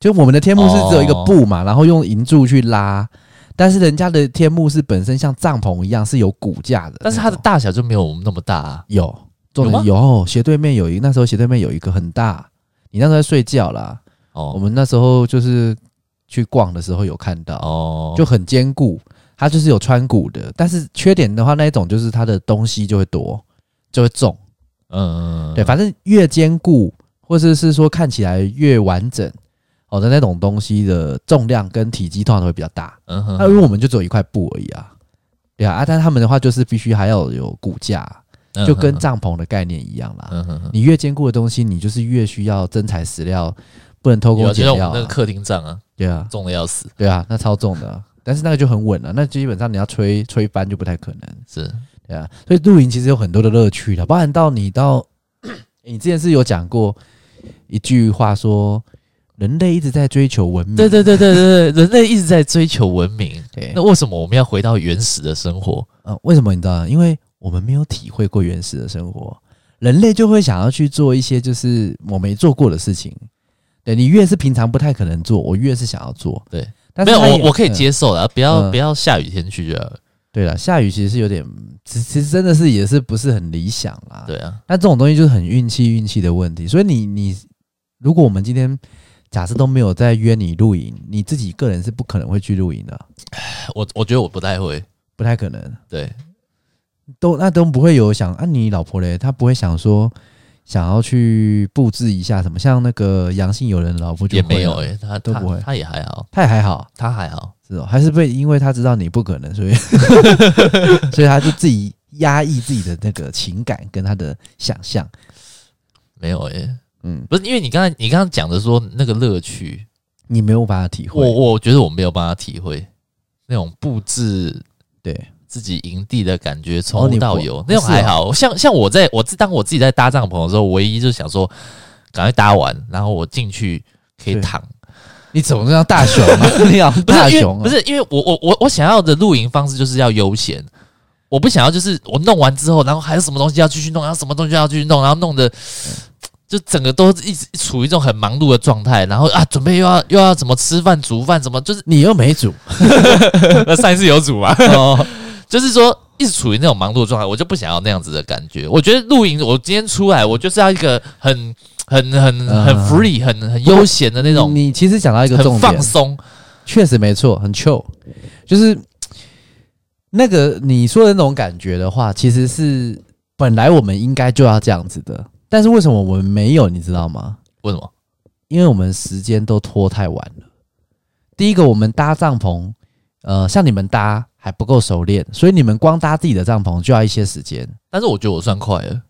Speaker 2: 就我们的天幕是只有一个布嘛，然后用银柱去拉，但是人家的天幕是本身像帐篷一样是有骨架的那种，
Speaker 1: 但是它的大小就没有我们那么大、啊。
Speaker 2: 有，重点有哦斜对面有一那时候斜对面有一个很大，你那时候在睡觉啦。我
Speaker 1: 哦
Speaker 2: 们那时候就是去逛的时候有看到，
Speaker 1: 哦，
Speaker 2: 就很坚固，它就是有穿骨的，但是缺点的话，那一种就是它的东西就会多，就会重。
Speaker 1: 嗯，
Speaker 2: 对，反正越坚固，或者是说看起来越完整，哦的那种东西的重量跟体积通常都会比较大。
Speaker 1: 嗯哼
Speaker 2: 那、因为我们就只有一块布而已啊，对啊，啊，但他们的话就是必须还要有骨架，
Speaker 1: 嗯
Speaker 2: 就跟
Speaker 1: 哼
Speaker 2: 帐篷的概念一样啦。
Speaker 1: 嗯哼哼，
Speaker 2: 你越坚固的东西，你就是越需要真材实料，不能偷
Speaker 1: 有
Speaker 2: 工
Speaker 1: 啊就
Speaker 2: 减
Speaker 1: 像我
Speaker 2: 料
Speaker 1: 们
Speaker 2: 啊、
Speaker 1: 那个客厅帐啊，
Speaker 2: 对啊，
Speaker 1: 重的要死，
Speaker 2: 对啊，那超重的啊、但是那个就很稳了、那基本上你要吹吹翻就不太可能，
Speaker 1: 是
Speaker 2: 对啊。所以露营其实有很多的乐趣的，包含到你到 你之前是有讲过一句话说，人类一直在追求文明，
Speaker 1: 对对对对对对，人类一直在追求文明，
Speaker 2: 对
Speaker 1: 那为什么我们要回到原始的生活？
Speaker 2: 呃，为什么你知道吗？因为我们没有体会过原始的生活，人类就会想要去做一些就是我没做过的事情。对你越是平常不太可能做，我越是想要做。
Speaker 1: 对，
Speaker 2: 但
Speaker 1: 没
Speaker 2: 是
Speaker 1: 有，
Speaker 2: 它也
Speaker 1: 我我可以、
Speaker 2: 嗯
Speaker 1: 接受的，不要
Speaker 2: 嗯
Speaker 1: 不要下雨天去就好了。
Speaker 2: 对了，下雨其实是有点，其其实真的是也是不是很理想啦。，
Speaker 1: 对啊，
Speaker 2: 那这种东西就是很运气运气的问题。所以你你，如果我们今天假设都没有在约你露营，你自己个人是不可能会去露营的，
Speaker 1: 我我觉得我不太会，
Speaker 2: 不太可能。
Speaker 1: 对，
Speaker 2: 都那都不会有想啊，你老婆嘞，她不会想说想要去布置一下什么，像那个阳性友人的老婆就
Speaker 1: 也
Speaker 2: 会
Speaker 1: 没有
Speaker 2: 了
Speaker 1: 诶、他
Speaker 2: 都不会
Speaker 1: 他他也还好，
Speaker 2: 她也还好，
Speaker 1: 他还好，
Speaker 2: 是哦，还是被因为她知道你不可 能，所以 所以她就自己压抑自己的那个情感跟她的想象，
Speaker 1: 没有诶、
Speaker 2: 嗯，
Speaker 1: 不是因为你刚才你刚刚讲的说那个乐趣，
Speaker 2: 你没有办法体会，
Speaker 1: 我我觉得我没有办法体会那种布置
Speaker 2: 对，
Speaker 1: 自己营地的感觉，
Speaker 2: 哦
Speaker 1: 从
Speaker 2: 你
Speaker 1: 无
Speaker 2: 不
Speaker 1: 到有、那种还好。像像我在我自当我自己在搭帐篷的时候，我唯一就想说，赶快搭完，然后我进去可以
Speaker 2: 对
Speaker 1: 躺。
Speaker 2: 你总是要大熊啊，你要
Speaker 1: 不
Speaker 2: 大
Speaker 1: 是因
Speaker 2: 熊、
Speaker 1: 为
Speaker 2: 啊，
Speaker 1: 不是因为我我我我想要的露营方式就是要悠闲，我不想要就是我弄完之后，然后还有什么东西要继续弄，然后什么东西要继续弄，然后弄的。
Speaker 2: 嗯
Speaker 1: 就整个都一直处于一种很忙碌的状态，然后啊，准备又要又要怎么吃饭、煮饭，怎么就是
Speaker 2: 你又没煮，
Speaker 1: 那上一次有煮嘛，
Speaker 2: 哦，
Speaker 1: 就是说一直处于那种忙碌的状态，我就不想要那样子的感觉。我觉得露营，我今天出来，我就是要一个很很很
Speaker 2: 嗯
Speaker 1: 很 free、很很悠闲的那种，
Speaker 2: 你你其实讲到一个重
Speaker 1: 很
Speaker 2: 点
Speaker 1: 放，松。
Speaker 2: 确实没错，很 chill，就是那个你说的那种感觉的话，其实是本来我们应该就要这样子的，但是为什么我们没有？你知道吗？
Speaker 1: 为什么？
Speaker 2: 因为我们时间都拖太晚了。第一个，我们搭帐篷，呃，像你们搭还不够熟练，所以你们光搭自己的帐篷就要一些时间，
Speaker 1: 但是我觉得我算快了，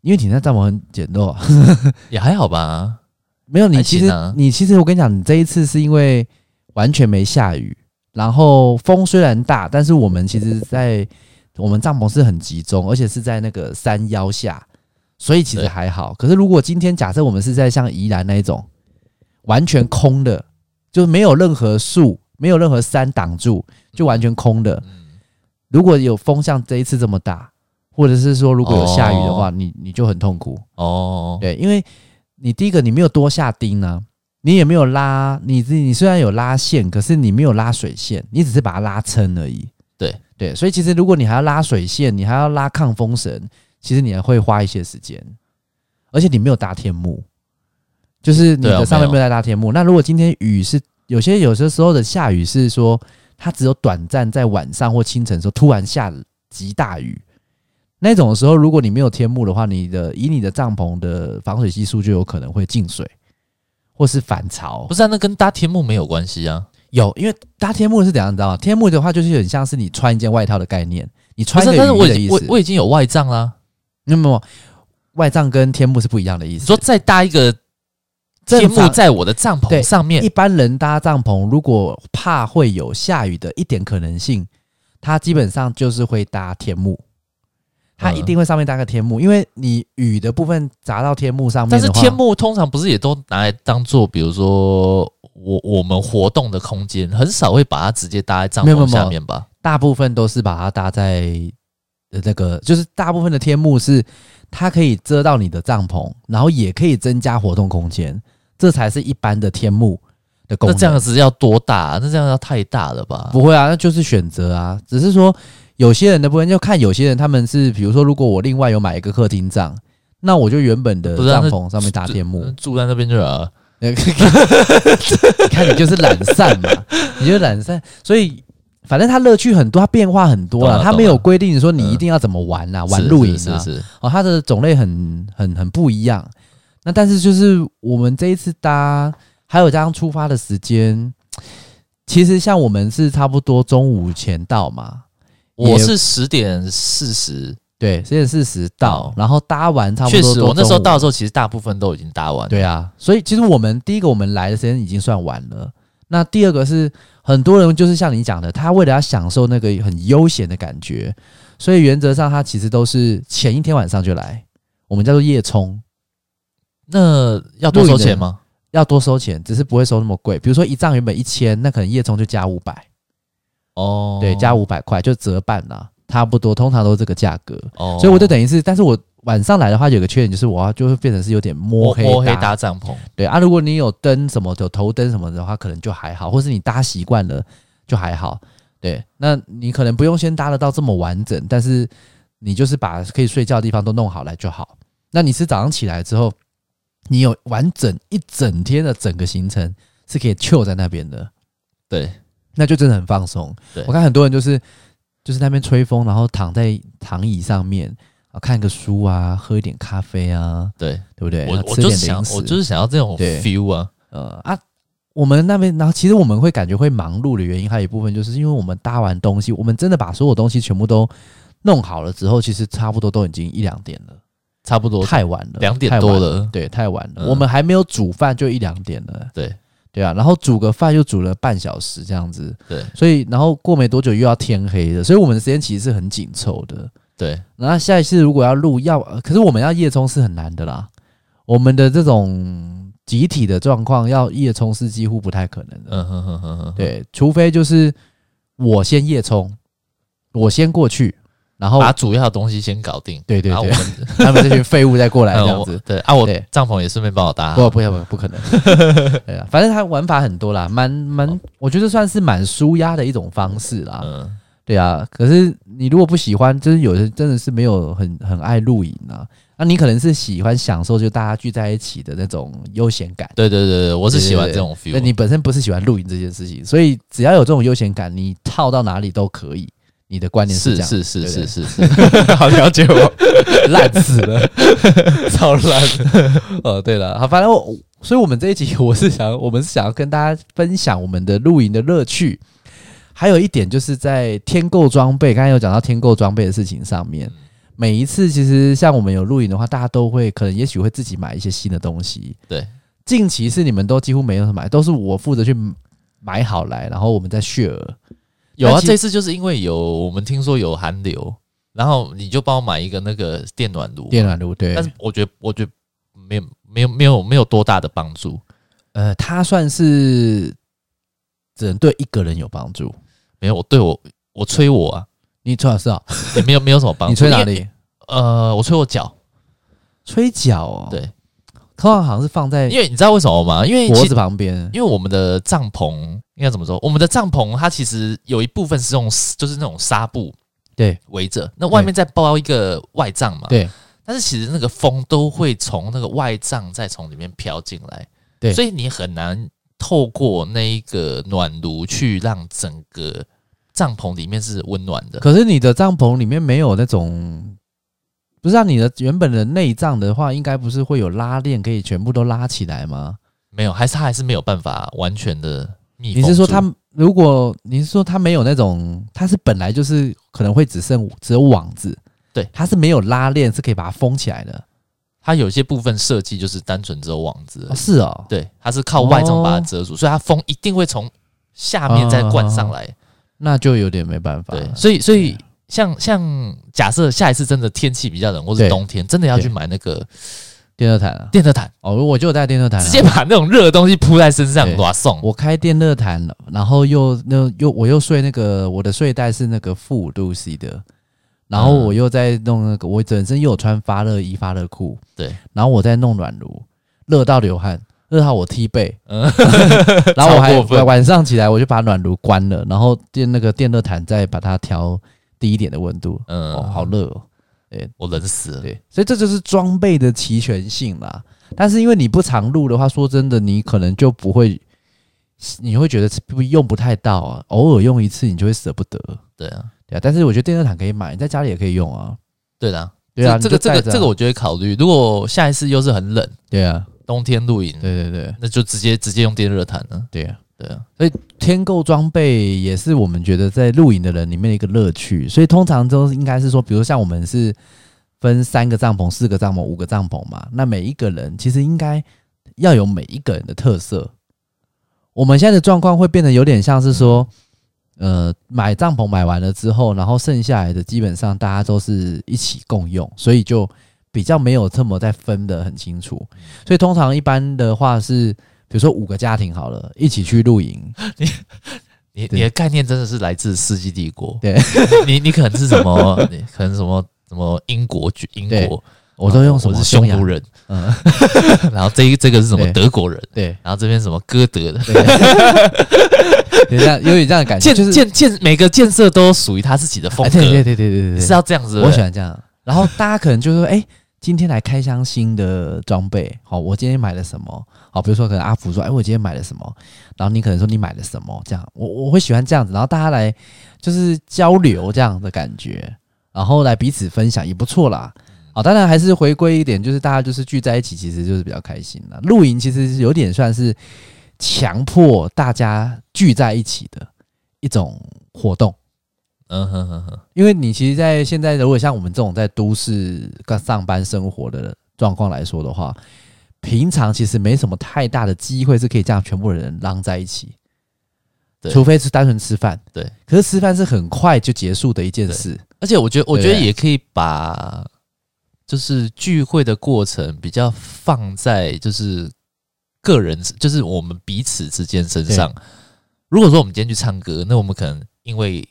Speaker 2: 因为你那帐篷很简陋啊。
Speaker 1: 也还好吧。
Speaker 2: 没有你，
Speaker 1: 还
Speaker 2: 其实、
Speaker 1: 行啊
Speaker 2: 你其实我跟你讲，你这一次是因为完全没下雨，然后风虽然大，但是我们其实在我们帐篷是很集中，而且是在那个山腰下，所以其实
Speaker 1: 对
Speaker 2: 还好。可是如果今天假设我们是在像宜兰那一种完全空的，就是没有任何树、没有任何山挡住，就完全空的，
Speaker 1: 嗯，
Speaker 2: 如果有风像这一次这么大，或者是说如果有下雨的话，
Speaker 1: 哦
Speaker 2: 你你就很痛苦。
Speaker 1: 哦，
Speaker 2: 对，因为你第一个你没有多下钉呢、你也没有拉，你自己你虽然有拉线，可是你没有拉水线，你只是把它拉撑而已。
Speaker 1: 对
Speaker 2: 对，所以其实如果你还要拉水线，你还要拉抗风绳，其实你还会花一些时间，而且你没有搭天幕，就是你
Speaker 1: 对啊
Speaker 2: 的上面
Speaker 1: 没有
Speaker 2: 没有在搭天幕。那如果今天雨是有些有些时候的下雨是说它只有短暂在晚上或清晨的时候突然下极大雨，那种时候如果你没有天幕的话，你的以你的帐篷的防水系数就有可能会进水。或是反潮
Speaker 1: 不，是、啊，那跟搭天幕没有关系啊。
Speaker 2: 有，因为搭天幕是怎样，你知道吗？天幕的话就是很像是你穿一件外套的概念，你
Speaker 1: 不
Speaker 2: 穿一
Speaker 1: 是啊，
Speaker 2: 个
Speaker 1: 但是我
Speaker 2: 雨
Speaker 1: 已
Speaker 2: 衣的
Speaker 1: 经
Speaker 2: 意
Speaker 1: 我
Speaker 2: 思。
Speaker 1: 我已经有外帐啦。
Speaker 2: 那么外帐跟天幕是不一样的意
Speaker 1: 你
Speaker 2: 思。
Speaker 1: 说再搭一个天幕
Speaker 2: 正常
Speaker 1: 在我的帐篷
Speaker 2: 对
Speaker 1: 上面
Speaker 2: 一，般人搭帐篷，如果怕会有下雨的一点可能性，他基本上就是会搭天幕。他
Speaker 1: 嗯
Speaker 2: 一定会上面搭个天幕，因为你雨的部分砸到天幕上面
Speaker 1: 但是
Speaker 2: 的话，
Speaker 1: 天幕通常不是也都拿来当做，比如说我我们活动的空间，很少会把它直接搭在帐
Speaker 2: 没有没有
Speaker 1: 篷下面吧？
Speaker 2: 大部分都是把它搭在呃那个，就是大部分的天幕是它可以遮到你的帐篷，然后也可以增加活动空间，这才是一般的天幕的功
Speaker 1: 那
Speaker 2: 能。
Speaker 1: 这样子要多大、那这样要太大了吧？
Speaker 2: 不会啊，那就是选择啊，只是说有些人的部分就看有些人他们是，比如说如果我另外有买一个客厅帐，那我就原本的
Speaker 1: 不是啊
Speaker 2: 帐
Speaker 1: 那
Speaker 2: 篷上面搭天幕
Speaker 1: 嗯，住在那边就好了。
Speaker 2: 你看你就是懒散 嘛，你就是懒散，所以反正它乐趣很多，它变化很多
Speaker 1: 懂
Speaker 2: 啦，
Speaker 1: 了
Speaker 2: 它没有
Speaker 1: 懂了
Speaker 2: 规定说你一定要怎么玩啦，玩
Speaker 1: 是
Speaker 2: 露营
Speaker 1: 是
Speaker 2: 啊
Speaker 1: 是，是，
Speaker 2: 哦，它的种类很很很不一样。那但是就是我们这一次搭，还有加上出发的时间，其实像我们是差不多中午前到嘛，也
Speaker 1: 我是十点四十，
Speaker 2: 对，十点四十到
Speaker 1: 哦，
Speaker 2: 然后搭完差不
Speaker 1: 确
Speaker 2: 多都
Speaker 1: 实
Speaker 2: 中午。
Speaker 1: 我那时候到的时候，其实大部分都已经搭完。
Speaker 2: 对啊，所以其实我们第一个我们来的时间已经算晚了。那第二个是很多人就是像你讲的，他为了要享受那个很悠闲的感觉，所以原则上他其实都是前一天晚上就来，我们叫做夜冲，
Speaker 1: 那要多
Speaker 2: 露营
Speaker 1: 收
Speaker 2: 的
Speaker 1: 钱吗？
Speaker 2: 要多收钱，只是不会收那么贵。比如说一仗原本一千，那可能夜冲就加五百，
Speaker 1: 哦，
Speaker 2: 对，加五百块就折半啦、差不多，通常都是这个价格。
Speaker 1: 哦，
Speaker 2: 所以我就等于是，但是我晚上来的话，有个缺点就是我要就会变成是有点摸
Speaker 1: 摸
Speaker 2: 黑
Speaker 1: 摸黑
Speaker 2: 搭
Speaker 1: 搭帐篷。
Speaker 2: 对啊，如果你有灯什么的，有头灯什么的话，可能就还好，或是你搭习惯了就还好。对，那你可能不用先搭得到这么完整，但是你就是把可以睡觉的地方都弄好来就好。那你是早上起来之后，你有完整一整天的整个行程是可以 chill 在那边的，
Speaker 1: 对，
Speaker 2: 那就真的很放松
Speaker 1: 对。
Speaker 2: 我看很多人就是就是那边吹风，然后躺在躺椅上面，啊看个书啊，喝一点咖啡啊，
Speaker 1: 对
Speaker 2: 对不对？
Speaker 1: 我
Speaker 2: 然后
Speaker 1: 我
Speaker 2: 吃
Speaker 1: 就是
Speaker 2: 点
Speaker 1: 想
Speaker 2: 零食
Speaker 1: 我就是想要这种
Speaker 2: 对
Speaker 1: feel 啊。
Speaker 2: 呃啊，我们那边，然后其实我们会感觉会忙碌的原因，还有一部分就是因为我们搭完东西，我们真的把所有东西全部都弄好了之后，其实差不多都已经一两点了，
Speaker 1: 差不多
Speaker 2: 太晚了，
Speaker 1: 两点
Speaker 2: 太晚
Speaker 1: 多，了。
Speaker 2: 对，太晚了，
Speaker 1: 嗯
Speaker 2: 我们还没有煮饭就一两点了，
Speaker 1: 对
Speaker 2: 对啊，然后煮个饭又煮了半小时这样子，
Speaker 1: 对
Speaker 2: 所以然后过没多久又要天黑了，所以我们的时间其实是很紧凑的，
Speaker 1: 对，
Speaker 2: 那下一次如果要录要，呃可是我们要夜冲是很难的啦。我们的这种集体的状况要夜冲是几乎不太可能的。
Speaker 1: 嗯哼哼哼哼，
Speaker 2: 对，除非就是我先夜冲，我先过去，然后
Speaker 1: 把主要的东西先搞定。
Speaker 2: 对对
Speaker 1: 然啊后我
Speaker 2: 对，
Speaker 1: 们
Speaker 2: 他们这群废物再过来
Speaker 1: 呃
Speaker 2: 这样
Speaker 1: 我啊
Speaker 2: 子。
Speaker 1: 对啊，我
Speaker 2: 对
Speaker 1: 帐篷也顺便帮我搭好。
Speaker 2: 不不 不不可能，对啊，反正他玩法很多啦，蛮
Speaker 1: 哦
Speaker 2: 蛮，我觉得算是蛮舒压的一种方式啦。
Speaker 1: 嗯，
Speaker 2: 对啊，可是你如果不喜欢，就是有人真的是没有很很爱露营啊。那、你可能是喜欢享受就大家聚在一起的那种悠闲感，
Speaker 1: 对对对对，我是喜欢
Speaker 2: 对对
Speaker 1: 这种
Speaker 2: 那
Speaker 1: feel。
Speaker 2: 你本身不是喜欢露营这件事情，所以只要有这种悠闲感，你套到哪里都可以。你的观念
Speaker 1: 是
Speaker 2: 这样，
Speaker 1: 是是
Speaker 2: 对
Speaker 1: 是
Speaker 2: 对
Speaker 1: 是 是，好了解我。
Speaker 2: 烂死了， 超烂的。哦，对了，好，反正我，所以我们这一集我是想，我们是想要跟大家分享我们的露营的乐趣。还有一点就是在添购装备，刚才有讲到添购装备的事情上面，每一次其实像我们有露营的话，大家都会可能也许会自己买一些新的东西。
Speaker 1: 对，
Speaker 2: 近期是你们都几乎没有买，都是我负责去买好来，然后我们再 share。
Speaker 1: 有啊，
Speaker 2: 但其
Speaker 1: 这次就是因为有我们听说有寒流，然后你就帮我买一个那个电暖炉。
Speaker 2: 电暖炉对，
Speaker 1: 但是我觉得，我觉得没有没有没有没有多大的帮助，
Speaker 2: 呃，它算是只能对一个人有帮助。
Speaker 1: 没有。我对我我催我啊，
Speaker 2: 你吹老师啊？
Speaker 1: 也没有没有什么帮助。
Speaker 2: 你吹哪
Speaker 1: 因为？
Speaker 2: 里？
Speaker 1: 呃，我吹我脚，
Speaker 2: 吹脚哦。
Speaker 1: 对，
Speaker 2: 通常好像是放在
Speaker 1: 因为你知道为什么吗？因为
Speaker 2: 脖
Speaker 1: 其
Speaker 2: 子旁边。
Speaker 1: 因为我们的帐篷应该怎么说？我们的帐篷它其实有一部分是用就是那种纱布
Speaker 2: 对
Speaker 1: 围着，那外面再包一个外帐嘛。。
Speaker 2: 对，
Speaker 1: 但是其实那个风都会从那个外帐再从里面飘进来，
Speaker 2: 对
Speaker 1: 所以你很难透过那一个暖炉去让整个帐篷里面是温暖的。
Speaker 2: 可是你的帐篷里面没有那种，不是啊？你的原本的内帐的话，应该不是会有拉链可以全部都拉起来吗？
Speaker 1: 没有，还是它还是没有办法完全的密封
Speaker 2: 你
Speaker 1: 住。
Speaker 2: 是说它如果你是说它没有那种，它是本来就是可能会只剩只有网子，
Speaker 1: 对，
Speaker 2: 它是没有拉链是可以把它封起来的，
Speaker 1: 它有些部分设计就是单纯只有网子而
Speaker 2: 哦
Speaker 1: 已，
Speaker 2: 是哦，
Speaker 1: 对，它是靠外帐把
Speaker 2: 哦
Speaker 1: 它遮住，所以它风一定会从下面再灌上来。
Speaker 2: 那就有点没办法了，
Speaker 1: 对，所以所以像像假设下一次真的天气比较冷，或
Speaker 2: 对
Speaker 1: 是冬天，真的要去
Speaker 2: 对
Speaker 1: 买那个
Speaker 2: 电热毯啊，
Speaker 1: 电热毯，
Speaker 2: 哦，我就有带电热毯、啊，
Speaker 1: 直接把那种热的东西铺在身上
Speaker 2: 对，
Speaker 1: 哇送。
Speaker 2: 我开电热毯了，然后又那又我又睡那个我的睡袋是那个负五度 C 的，然后
Speaker 1: 嗯
Speaker 2: 我又在弄那个我本身又有穿发热衣发热裤，
Speaker 1: 对，
Speaker 2: 然后我在弄暖炉，热到流汗，热到我踢背，
Speaker 1: 嗯
Speaker 2: 然后我还
Speaker 1: 超过分
Speaker 2: 晚晚上起来我就把暖炉关了，然后电那个电热毯再把它调低一点的温度，
Speaker 1: 嗯
Speaker 2: 哦，好热哦，
Speaker 1: 我冷死了。
Speaker 2: 对，所以这就是装备的齐全性啦。但是因为你不常录的话，说真的，你可能就不会，你会觉得是不用不太到啊，偶尔用一次你就会舍不得，
Speaker 1: 对啊，
Speaker 2: 对啊。但是我觉得电热毯可以买，你在家里也可以用啊，
Speaker 1: 对啦，
Speaker 2: 对啊，
Speaker 1: 这
Speaker 2: 你就
Speaker 1: 个这个这
Speaker 2: 带着
Speaker 1: 个
Speaker 2: 啊
Speaker 1: 这个我就会考虑。如果下一次又是很冷，
Speaker 2: 对啊，
Speaker 1: 冬天露营，
Speaker 2: 对对对
Speaker 1: 那就直接直接用电热毯了。
Speaker 2: 对啊。
Speaker 1: 对啊，
Speaker 2: 添购装备也是我们觉得在露营的人里面的一个乐趣，所以通常都应该是说，比如像我们是分三个帐篷、四个帐篷、五个帐篷嘛，那每一个人其实应该要有每一个人的特色。我们现在的状况会变得有点像是说，呃，买帐篷买完了之后，然后剩下来的基本上大家都是一起共用，所以就比较没有这么在分的很清楚。所以通常一般的话是，比如说五个家庭好了，一起去露营，
Speaker 1: 你
Speaker 2: 对
Speaker 1: 你的概念真的是来自《世纪帝国》。
Speaker 2: 对，
Speaker 1: 你你可能是什么？ 你可能什么什么英国军英
Speaker 2: 对
Speaker 1: 国，
Speaker 2: 我都用什
Speaker 1: 我
Speaker 2: 么
Speaker 1: 是匈
Speaker 2: 牙
Speaker 1: 奴？人，
Speaker 2: 嗯，
Speaker 1: 然后这一这个是什么
Speaker 2: 对
Speaker 1: 德国人，
Speaker 2: 对
Speaker 1: 然后这边什么哥德的，
Speaker 2: 对，有这样有点这样的感觉，
Speaker 1: 建
Speaker 2: 就是
Speaker 1: 建建每个建设都属于他自己的风
Speaker 2: 哎
Speaker 1: 格，
Speaker 2: 对对对对对对
Speaker 1: 你是要这样子
Speaker 2: 对，
Speaker 1: 的。
Speaker 2: 我喜欢这样。然后大家可能就说，哎，今天来开箱新的装备，好，我今天买了什么？好，比如说可能阿福说，哎，我今天买了什么？然后你可能说你买了什么？这样，我我会喜欢这样子，然后大家来就是交流这样的感觉，然后来彼此分享也不错啦。好，当然还是回归一点，就是大家就是聚在一起，其实就是比较开心啦。露营其实是有点算是强迫大家聚在一起的一种活动。
Speaker 1: 嗯哼哼哼，
Speaker 2: 因为你其实，在现在如果像我们这种在都市刚上班生活的状况来说的话，平常其实没什么太大的机会是可以这样全部的人浪在一起，
Speaker 1: 对
Speaker 2: 除非是单纯吃饭。
Speaker 1: 对，
Speaker 2: 可是吃饭是很快就结束的一件事。
Speaker 1: 而且我觉得，我觉
Speaker 2: 对
Speaker 1: 得也可以把就是聚会的过程比较放在就是个人，就是我们彼此之间身上。如果说我们今天去唱歌，那我们可能因为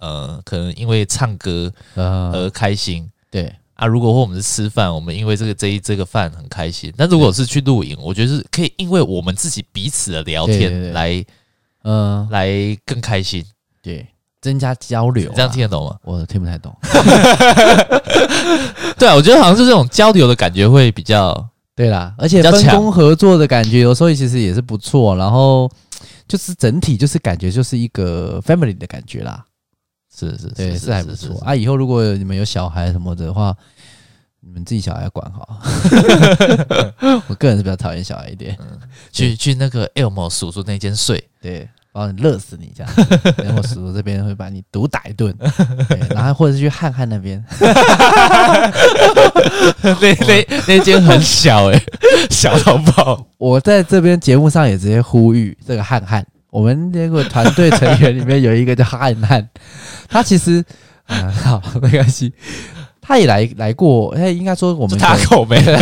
Speaker 1: 呃，可能因为唱歌
Speaker 2: 呃，
Speaker 1: 而开心。
Speaker 2: 对，
Speaker 1: 啊，如果说我们是吃饭，我们因为这个这一这个饭很开心。但如果是去露营，我觉得是可以因为我们自己彼此的聊
Speaker 2: 对对对
Speaker 1: 天来
Speaker 2: 嗯、
Speaker 1: 来更开心。
Speaker 2: 对，增加交
Speaker 1: 你
Speaker 2: 流、啊
Speaker 1: 这样听，得懂吗？
Speaker 2: 我听不太懂。
Speaker 1: 对啊，我觉得好像是这种交流的感觉会比较
Speaker 2: 对啦，而且
Speaker 1: 比较
Speaker 2: 分
Speaker 1: 强
Speaker 2: 工合作的感觉，有时候其实也是不错。然后就是整体就是感觉就是一个 family 的感觉啦。
Speaker 1: 是是
Speaker 2: 对，是还不
Speaker 1: 是
Speaker 2: 错
Speaker 1: 是
Speaker 2: 啊。以后如果你们有小孩什么的话，你们自己小孩要管好。 我个人是比较讨厌小孩一点，
Speaker 1: 嗯去去那个 Elmo 叔叔那间 睡，
Speaker 2: 对，然后你乐死你这样，然后我叔叔这边会把你毒打一 顿，对，然后或者是去汉汉那边，
Speaker 1: 那那那间很小
Speaker 2: 欸
Speaker 1: 哎、小到爆。
Speaker 2: 我在这边节目上也直接呼吁这个汉汉，我们那个团队成员里面有一个叫汉汉，他其实。嗯，好，没关系。他也来来过，哎，应该说我
Speaker 1: 就
Speaker 2: 们
Speaker 1: 他口没了，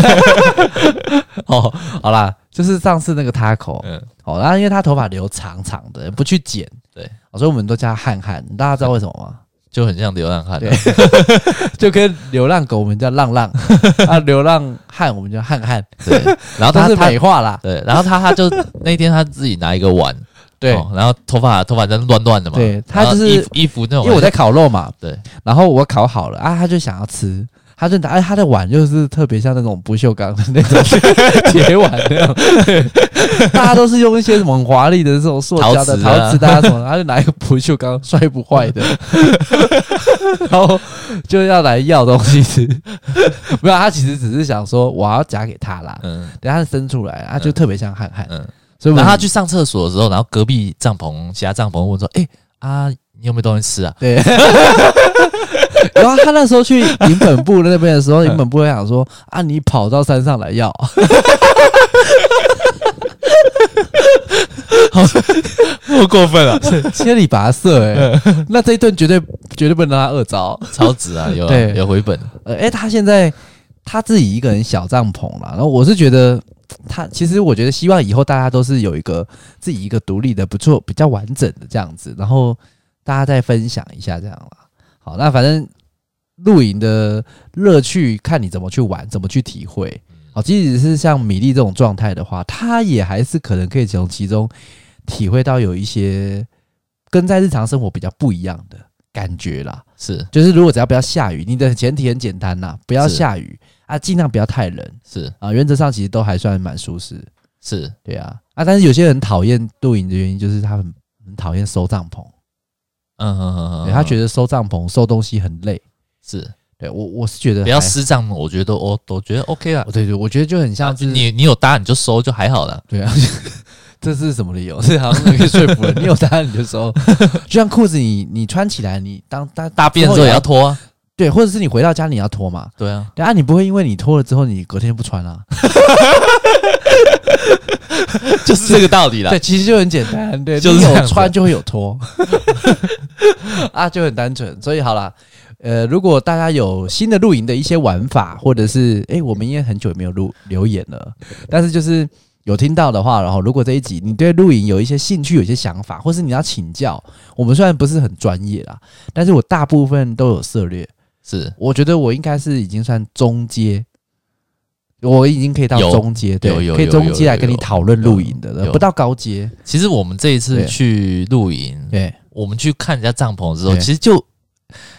Speaker 2: 哦，好啦，就是上次那个他口，
Speaker 1: 嗯，
Speaker 2: 哦，然后因为他头发留长长的，不去剪，
Speaker 1: 对
Speaker 2: 哦所以我们都叫他汉汉。大家知道为什么吗？
Speaker 1: 就很像流浪汉啊了
Speaker 2: 对。 就跟流浪狗我们叫浪浪啊，流浪汉我们叫汉汉，
Speaker 1: 对，然后
Speaker 2: 它
Speaker 1: 他
Speaker 2: 是
Speaker 1: 他
Speaker 2: 美化啦，
Speaker 1: 对，然后他他就那天他自己拿一个碗，
Speaker 2: 对
Speaker 1: 哦然后头发头发真乱乱的嘛，
Speaker 2: 对他
Speaker 1: 然后
Speaker 2: 就是
Speaker 1: 衣服衣服那种，
Speaker 2: 因为我在烤肉嘛，
Speaker 1: 对，
Speaker 2: 然后我烤好了啊，他就想要吃，他就拿，哎，他的碗就是特别像那种不锈钢的那种 铁碗那样， 对大家都是用一些很华丽的这种塑胶的
Speaker 1: 陶瓷啊
Speaker 2: 陶瓷的啊什么的，他就拿一个不锈钢摔不坏的， 然后就要来要东西吃， 没有，他其实只是想说我要夹给他啦，
Speaker 1: 嗯
Speaker 2: 等他伸出来，他就特别像汉汉，
Speaker 1: 嗯，
Speaker 2: 所以
Speaker 1: 然
Speaker 2: 我们
Speaker 1: 后他去上厕所的时候，然后隔壁帐篷其他帐篷问说，哎、啊，你有没有东西吃 啊？
Speaker 2: 对。然后他那时候去营本部那边的时候，营本部会想说啊，你跑到山上来要，
Speaker 1: 我过分
Speaker 2: 啊
Speaker 1: 了，
Speaker 2: 千里跋涉哎、那这一顿绝对绝对不能让他饿着。
Speaker 1: 超值啊，有啊
Speaker 2: 对
Speaker 1: 有回本，
Speaker 2: 呃，哎、他现在他自己一个人小帐篷啦，然后我是觉得他其实我觉得希望以后大家都是有一个自己一个独立的、不错、比较完整的这样子，然后大家再分享一下这样啦。好，那反正露营的乐趣看你怎么去玩，怎么去体会。好，即使是像米粒这种状态的话，他也还是可能可以从其中体会到有一些跟在日常生活比较不一样的感觉啦。
Speaker 1: 是
Speaker 2: 就是如果只要不要下雨，你的前提很简单呐、不要下雨啊，尽量不要太冷
Speaker 1: 是
Speaker 2: 啊，原则上其实都还算蛮舒适，
Speaker 1: 是，
Speaker 2: 对啊啊，但是有些人讨厌露营的原因就是他很很讨厌收帐篷，
Speaker 1: 嗯嗯嗯嗯，
Speaker 2: 对他觉
Speaker 1: 得
Speaker 2: 得收帐篷收东西很累，
Speaker 1: 是
Speaker 2: 对我我是觉得
Speaker 1: 不要
Speaker 2: 还
Speaker 1: 湿帐篷，我觉得都我我觉得 OK 啦
Speaker 2: 哦，对对，我觉得就很像是、
Speaker 1: 啊你你有搭你就收就还好了，
Speaker 2: 对啊， 这是什么理由？这好像可以说服人，你有答案你 就收，就像裤子你你穿起来你当当
Speaker 1: 大便的时候也要脱啊，
Speaker 2: 对，或者是你回到家你要脱嘛，
Speaker 1: 对啊，
Speaker 2: 对啊，你不会因为你脱了之后你隔天不穿啦、 啊
Speaker 1: 就是这个道理啦
Speaker 2: 对，，其实就很简单，对，
Speaker 1: 就是
Speaker 2: 你
Speaker 1: 这样
Speaker 2: 有
Speaker 1: 子
Speaker 2: 穿就会有脱，啊，就很单纯。所以好啦，呃，如果大家有新的露营的一些玩法，或者是诶，我们因为很久也没有录留言了，但是就是有听到的话，然后如果这一集你对露营有一些兴趣、有一些想法，或是你要请教，我们虽然不是很专业啦，但是我大部分都有涉猎，
Speaker 1: 是
Speaker 2: 我觉得我应该是已经算中阶。我已经可以到
Speaker 1: 有
Speaker 2: 中阶，对
Speaker 1: 有有，
Speaker 2: 可以
Speaker 1: 有
Speaker 2: 中
Speaker 1: 有
Speaker 2: 阶来
Speaker 1: 有
Speaker 2: 跟你
Speaker 1: 有
Speaker 2: 讨论
Speaker 1: 有
Speaker 2: 露营的了，
Speaker 1: 有
Speaker 2: 不到高阶。
Speaker 1: 其实我们这一次
Speaker 2: 对
Speaker 1: 去露营，
Speaker 2: 对，
Speaker 1: 我们去看人家帐篷的时候，
Speaker 2: 对
Speaker 1: 其实就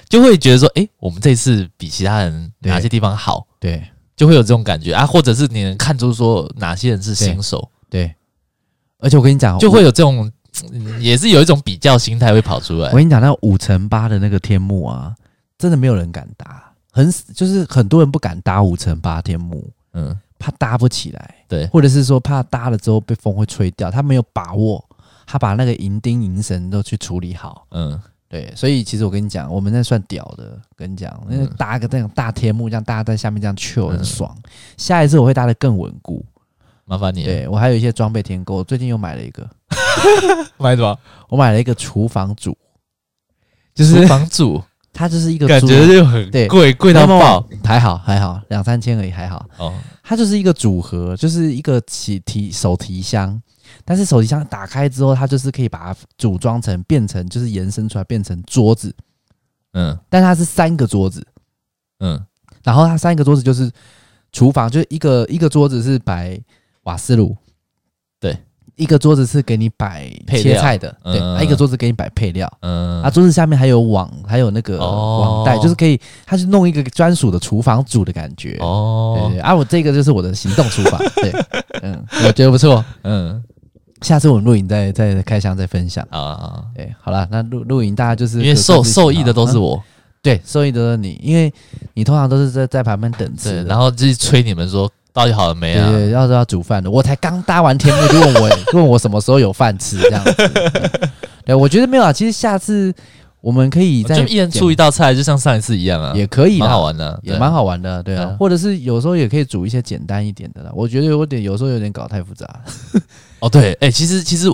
Speaker 1: 就会觉得说，诶，我们这次比其他人
Speaker 2: 对
Speaker 1: 哪些地方好，
Speaker 2: 对
Speaker 1: 就会有这种感觉啊，或者是你能看出说哪些人是新手，
Speaker 2: 对，而且我跟你讲，
Speaker 1: 就会有这种，嗯也是有一种比较心态会跑出
Speaker 2: 我
Speaker 1: 来
Speaker 2: 我。跟你讲，那五乘八的那个天幕啊，真的没有人敢搭，很就是很多人不敢搭五乘八天幕，
Speaker 1: 嗯，
Speaker 2: 怕搭不起来，
Speaker 1: 对，
Speaker 2: 或者是说怕搭了之后被风会吹掉，他没有把握，他把那个银钉银绳都去处理好。
Speaker 1: 嗯，
Speaker 2: 对，所以其实我跟你讲，我们那算屌的。跟你讲，那个
Speaker 1: 嗯
Speaker 2: 搭个那种大天幕，这样大家在下面这样 chill
Speaker 1: 嗯
Speaker 2: 很爽。下一次我会搭的更稳固。
Speaker 1: 麻烦你了
Speaker 2: 对我还有一些装备添购，我最近又买了一个，
Speaker 1: 买什么？
Speaker 2: 我买了一个厨房组，就
Speaker 1: 厨
Speaker 2: 是
Speaker 1: 房主，
Speaker 2: 它就是一个
Speaker 1: 感
Speaker 2: 组
Speaker 1: 觉就很
Speaker 2: 对
Speaker 1: 贵，贵到爆。，
Speaker 2: 还好还好，两三千而已还好。
Speaker 1: 哦，
Speaker 2: 它就是一个组合，就是一个起提手提箱，但是手提箱打开之后，它就是可以把它组装成变成就是延伸出来变成桌子，
Speaker 1: 嗯
Speaker 2: 但它是三个桌子，
Speaker 1: 嗯
Speaker 2: 然后它三个桌子就是厨房，就是一个一个桌子是摆瓦斯炉，
Speaker 1: 对，
Speaker 2: 一个桌子是给你摆
Speaker 1: 配
Speaker 2: 切
Speaker 1: 料
Speaker 2: 菜的，对，
Speaker 1: 嗯
Speaker 2: 啊一个桌子给你摆配料。
Speaker 1: 嗯
Speaker 2: 啊，桌子下面还有网，还有那个
Speaker 1: 哦
Speaker 2: 网袋，就是可以，它是弄一个专属的厨房组的感觉。对
Speaker 1: 哦
Speaker 2: 对，对啊，我这个就是我的行动厨 房。对，嗯，我觉得不错。
Speaker 1: 嗯，
Speaker 2: 下次我们露营再再开箱再分享。
Speaker 1: 好啊好啊，
Speaker 2: 对，好了，那露露营大家就是
Speaker 1: 因为
Speaker 2: 各自
Speaker 1: 受
Speaker 2: 自己
Speaker 1: 受益
Speaker 2: 嘛
Speaker 1: 的都是
Speaker 2: 嗯
Speaker 1: 我，
Speaker 2: 对，受益的都是你，因为你通常都是在在旁边等吃
Speaker 1: 对，
Speaker 2: 的，
Speaker 1: 然后就是催你们说到底好了没
Speaker 2: 对
Speaker 1: 啊
Speaker 2: 对？对，要是要煮饭的，我才刚搭完天幕就问 我问我什么时候有饭吃这样子。对对，我觉得没有啊，其实下次我们可以再
Speaker 1: 就一人出一道菜，就像上一次一样啊，
Speaker 2: 也可以
Speaker 1: 蛮
Speaker 2: 啦，
Speaker 1: 好玩的啊，
Speaker 2: 也
Speaker 1: 对
Speaker 2: 蛮好玩的，对啊
Speaker 1: 对啊，
Speaker 2: 或者是有时候也可以煮一些简单一点的啦。我觉得有点有时候有点搞太复杂，
Speaker 1: 哦。对，哎，其实其实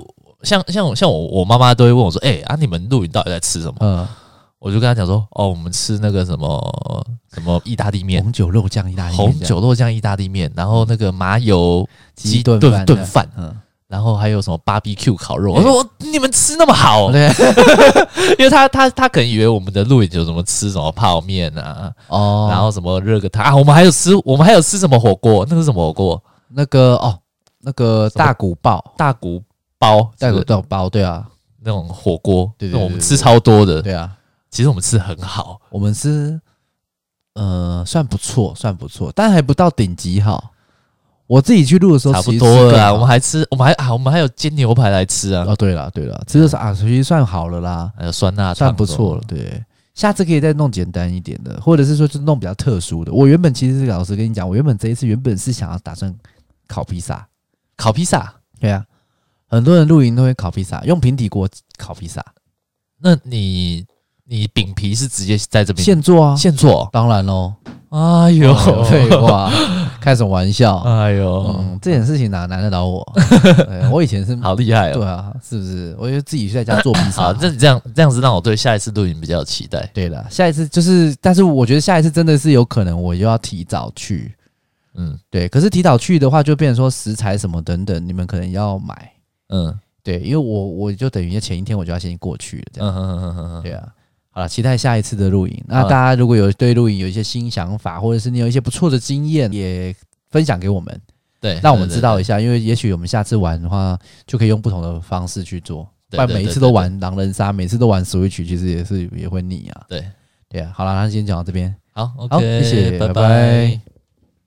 Speaker 1: 像像我像我我妈妈都会问我说，哎啊，你们露营到底在吃什么？
Speaker 2: 呃，
Speaker 1: 我就跟她讲说，哦，我们吃那个什么什么意大利面。
Speaker 2: 红酒肉酱意大利面
Speaker 1: 红
Speaker 2: 这样，
Speaker 1: 酒肉酱意大利面，然后那个麻油
Speaker 2: 鸡
Speaker 1: 炖
Speaker 2: 炖饭这
Speaker 1: 炖
Speaker 2: 样
Speaker 1: 饭，
Speaker 2: 嗯，
Speaker 1: 然后还有什么 BBQ 烤肉，我说我你们吃那么好，
Speaker 2: 对，
Speaker 1: 因为他他他可能以为我们的露营有什么吃什么泡面啊，
Speaker 2: 哦，
Speaker 1: 然后什么热个汤啊，我们还有吃我们还有吃什么火锅，那是什么火锅？
Speaker 2: 那个哦，那个
Speaker 1: 什么
Speaker 2: 大骨煲，
Speaker 1: 大骨煲，
Speaker 2: 大
Speaker 1: 是
Speaker 2: 骨
Speaker 1: 不是
Speaker 2: 豆煲，对啊，
Speaker 1: 那种火锅，
Speaker 2: 对对对
Speaker 1: 那我们吃超多的，
Speaker 2: 对啊，
Speaker 1: 其实我们吃很好，
Speaker 2: 我们是呃算不错，算不错，但还不到顶级哈。我自己去录的时候
Speaker 1: 差不
Speaker 2: 其实
Speaker 1: 多
Speaker 2: 吃
Speaker 1: 了
Speaker 2: 更
Speaker 1: 啦。
Speaker 2: 好
Speaker 1: 我们还吃，我们还啊，我们还有煎牛排来吃啊，
Speaker 2: 哦，对了对了，吃的是啊，其实算好了啦，
Speaker 1: 还有酸辣汤
Speaker 2: 啊算不错了。对，下次可以再弄简单一点的，或者是说就弄比较特殊的。我原本其实是老实跟你讲，我原本这一次原本是想要打算烤披萨，
Speaker 1: 烤披萨。
Speaker 2: 对啊，很多人露营都会烤披萨，用平底锅烤披萨，
Speaker 1: 那你你饼皮是直接在这边
Speaker 2: 现做啊，
Speaker 1: 现做？
Speaker 2: 当然喽，
Speaker 1: 哎呦，
Speaker 2: 废 话，开什么玩笑？
Speaker 1: 哎呦
Speaker 2: 嗯，，这点事情哪难得 倒我？对我以前是
Speaker 1: 好厉害
Speaker 2: 对
Speaker 1: 哦！
Speaker 2: 啊，是不是？我就自己在家做披萨
Speaker 1: 好，。那你这样这样子让我对下一次露营比较有期待。
Speaker 2: 对了，下一次就是，但是我觉得下一次真的是有可能我又要提早去。
Speaker 1: 嗯
Speaker 2: 对，可是提早去的话，就变成说食材什么等等，你们可能要买。
Speaker 1: 嗯
Speaker 2: 对，因为我我就等于要前一天我就要先过去了，这
Speaker 1: 嗯
Speaker 2: 样。
Speaker 1: 嗯嗯嗯嗯，
Speaker 2: 对啊，好了，期待下一次的露营。那
Speaker 1: 好
Speaker 2: 大
Speaker 1: 啦
Speaker 2: 家如果有对露营有一些新想法，或者是你有一些不错的经验，也分享给我们，
Speaker 1: 对，
Speaker 2: 让我们知道
Speaker 1: 对
Speaker 2: 一下，因为也许我们下次玩的话，就可以用不同的方式去做。不
Speaker 1: 对
Speaker 2: 然
Speaker 1: 对
Speaker 2: 每一
Speaker 1: 对
Speaker 2: 次
Speaker 1: 对
Speaker 2: 都玩狼人杀，每次都玩 Switch，其实也是也会腻啊。
Speaker 1: 对，
Speaker 2: 对啊，好了，那今天讲到这边，
Speaker 1: 好
Speaker 2: 好，
Speaker 1: ，OK，
Speaker 2: 谢谢，
Speaker 1: 拜
Speaker 2: 拜
Speaker 1: 拜。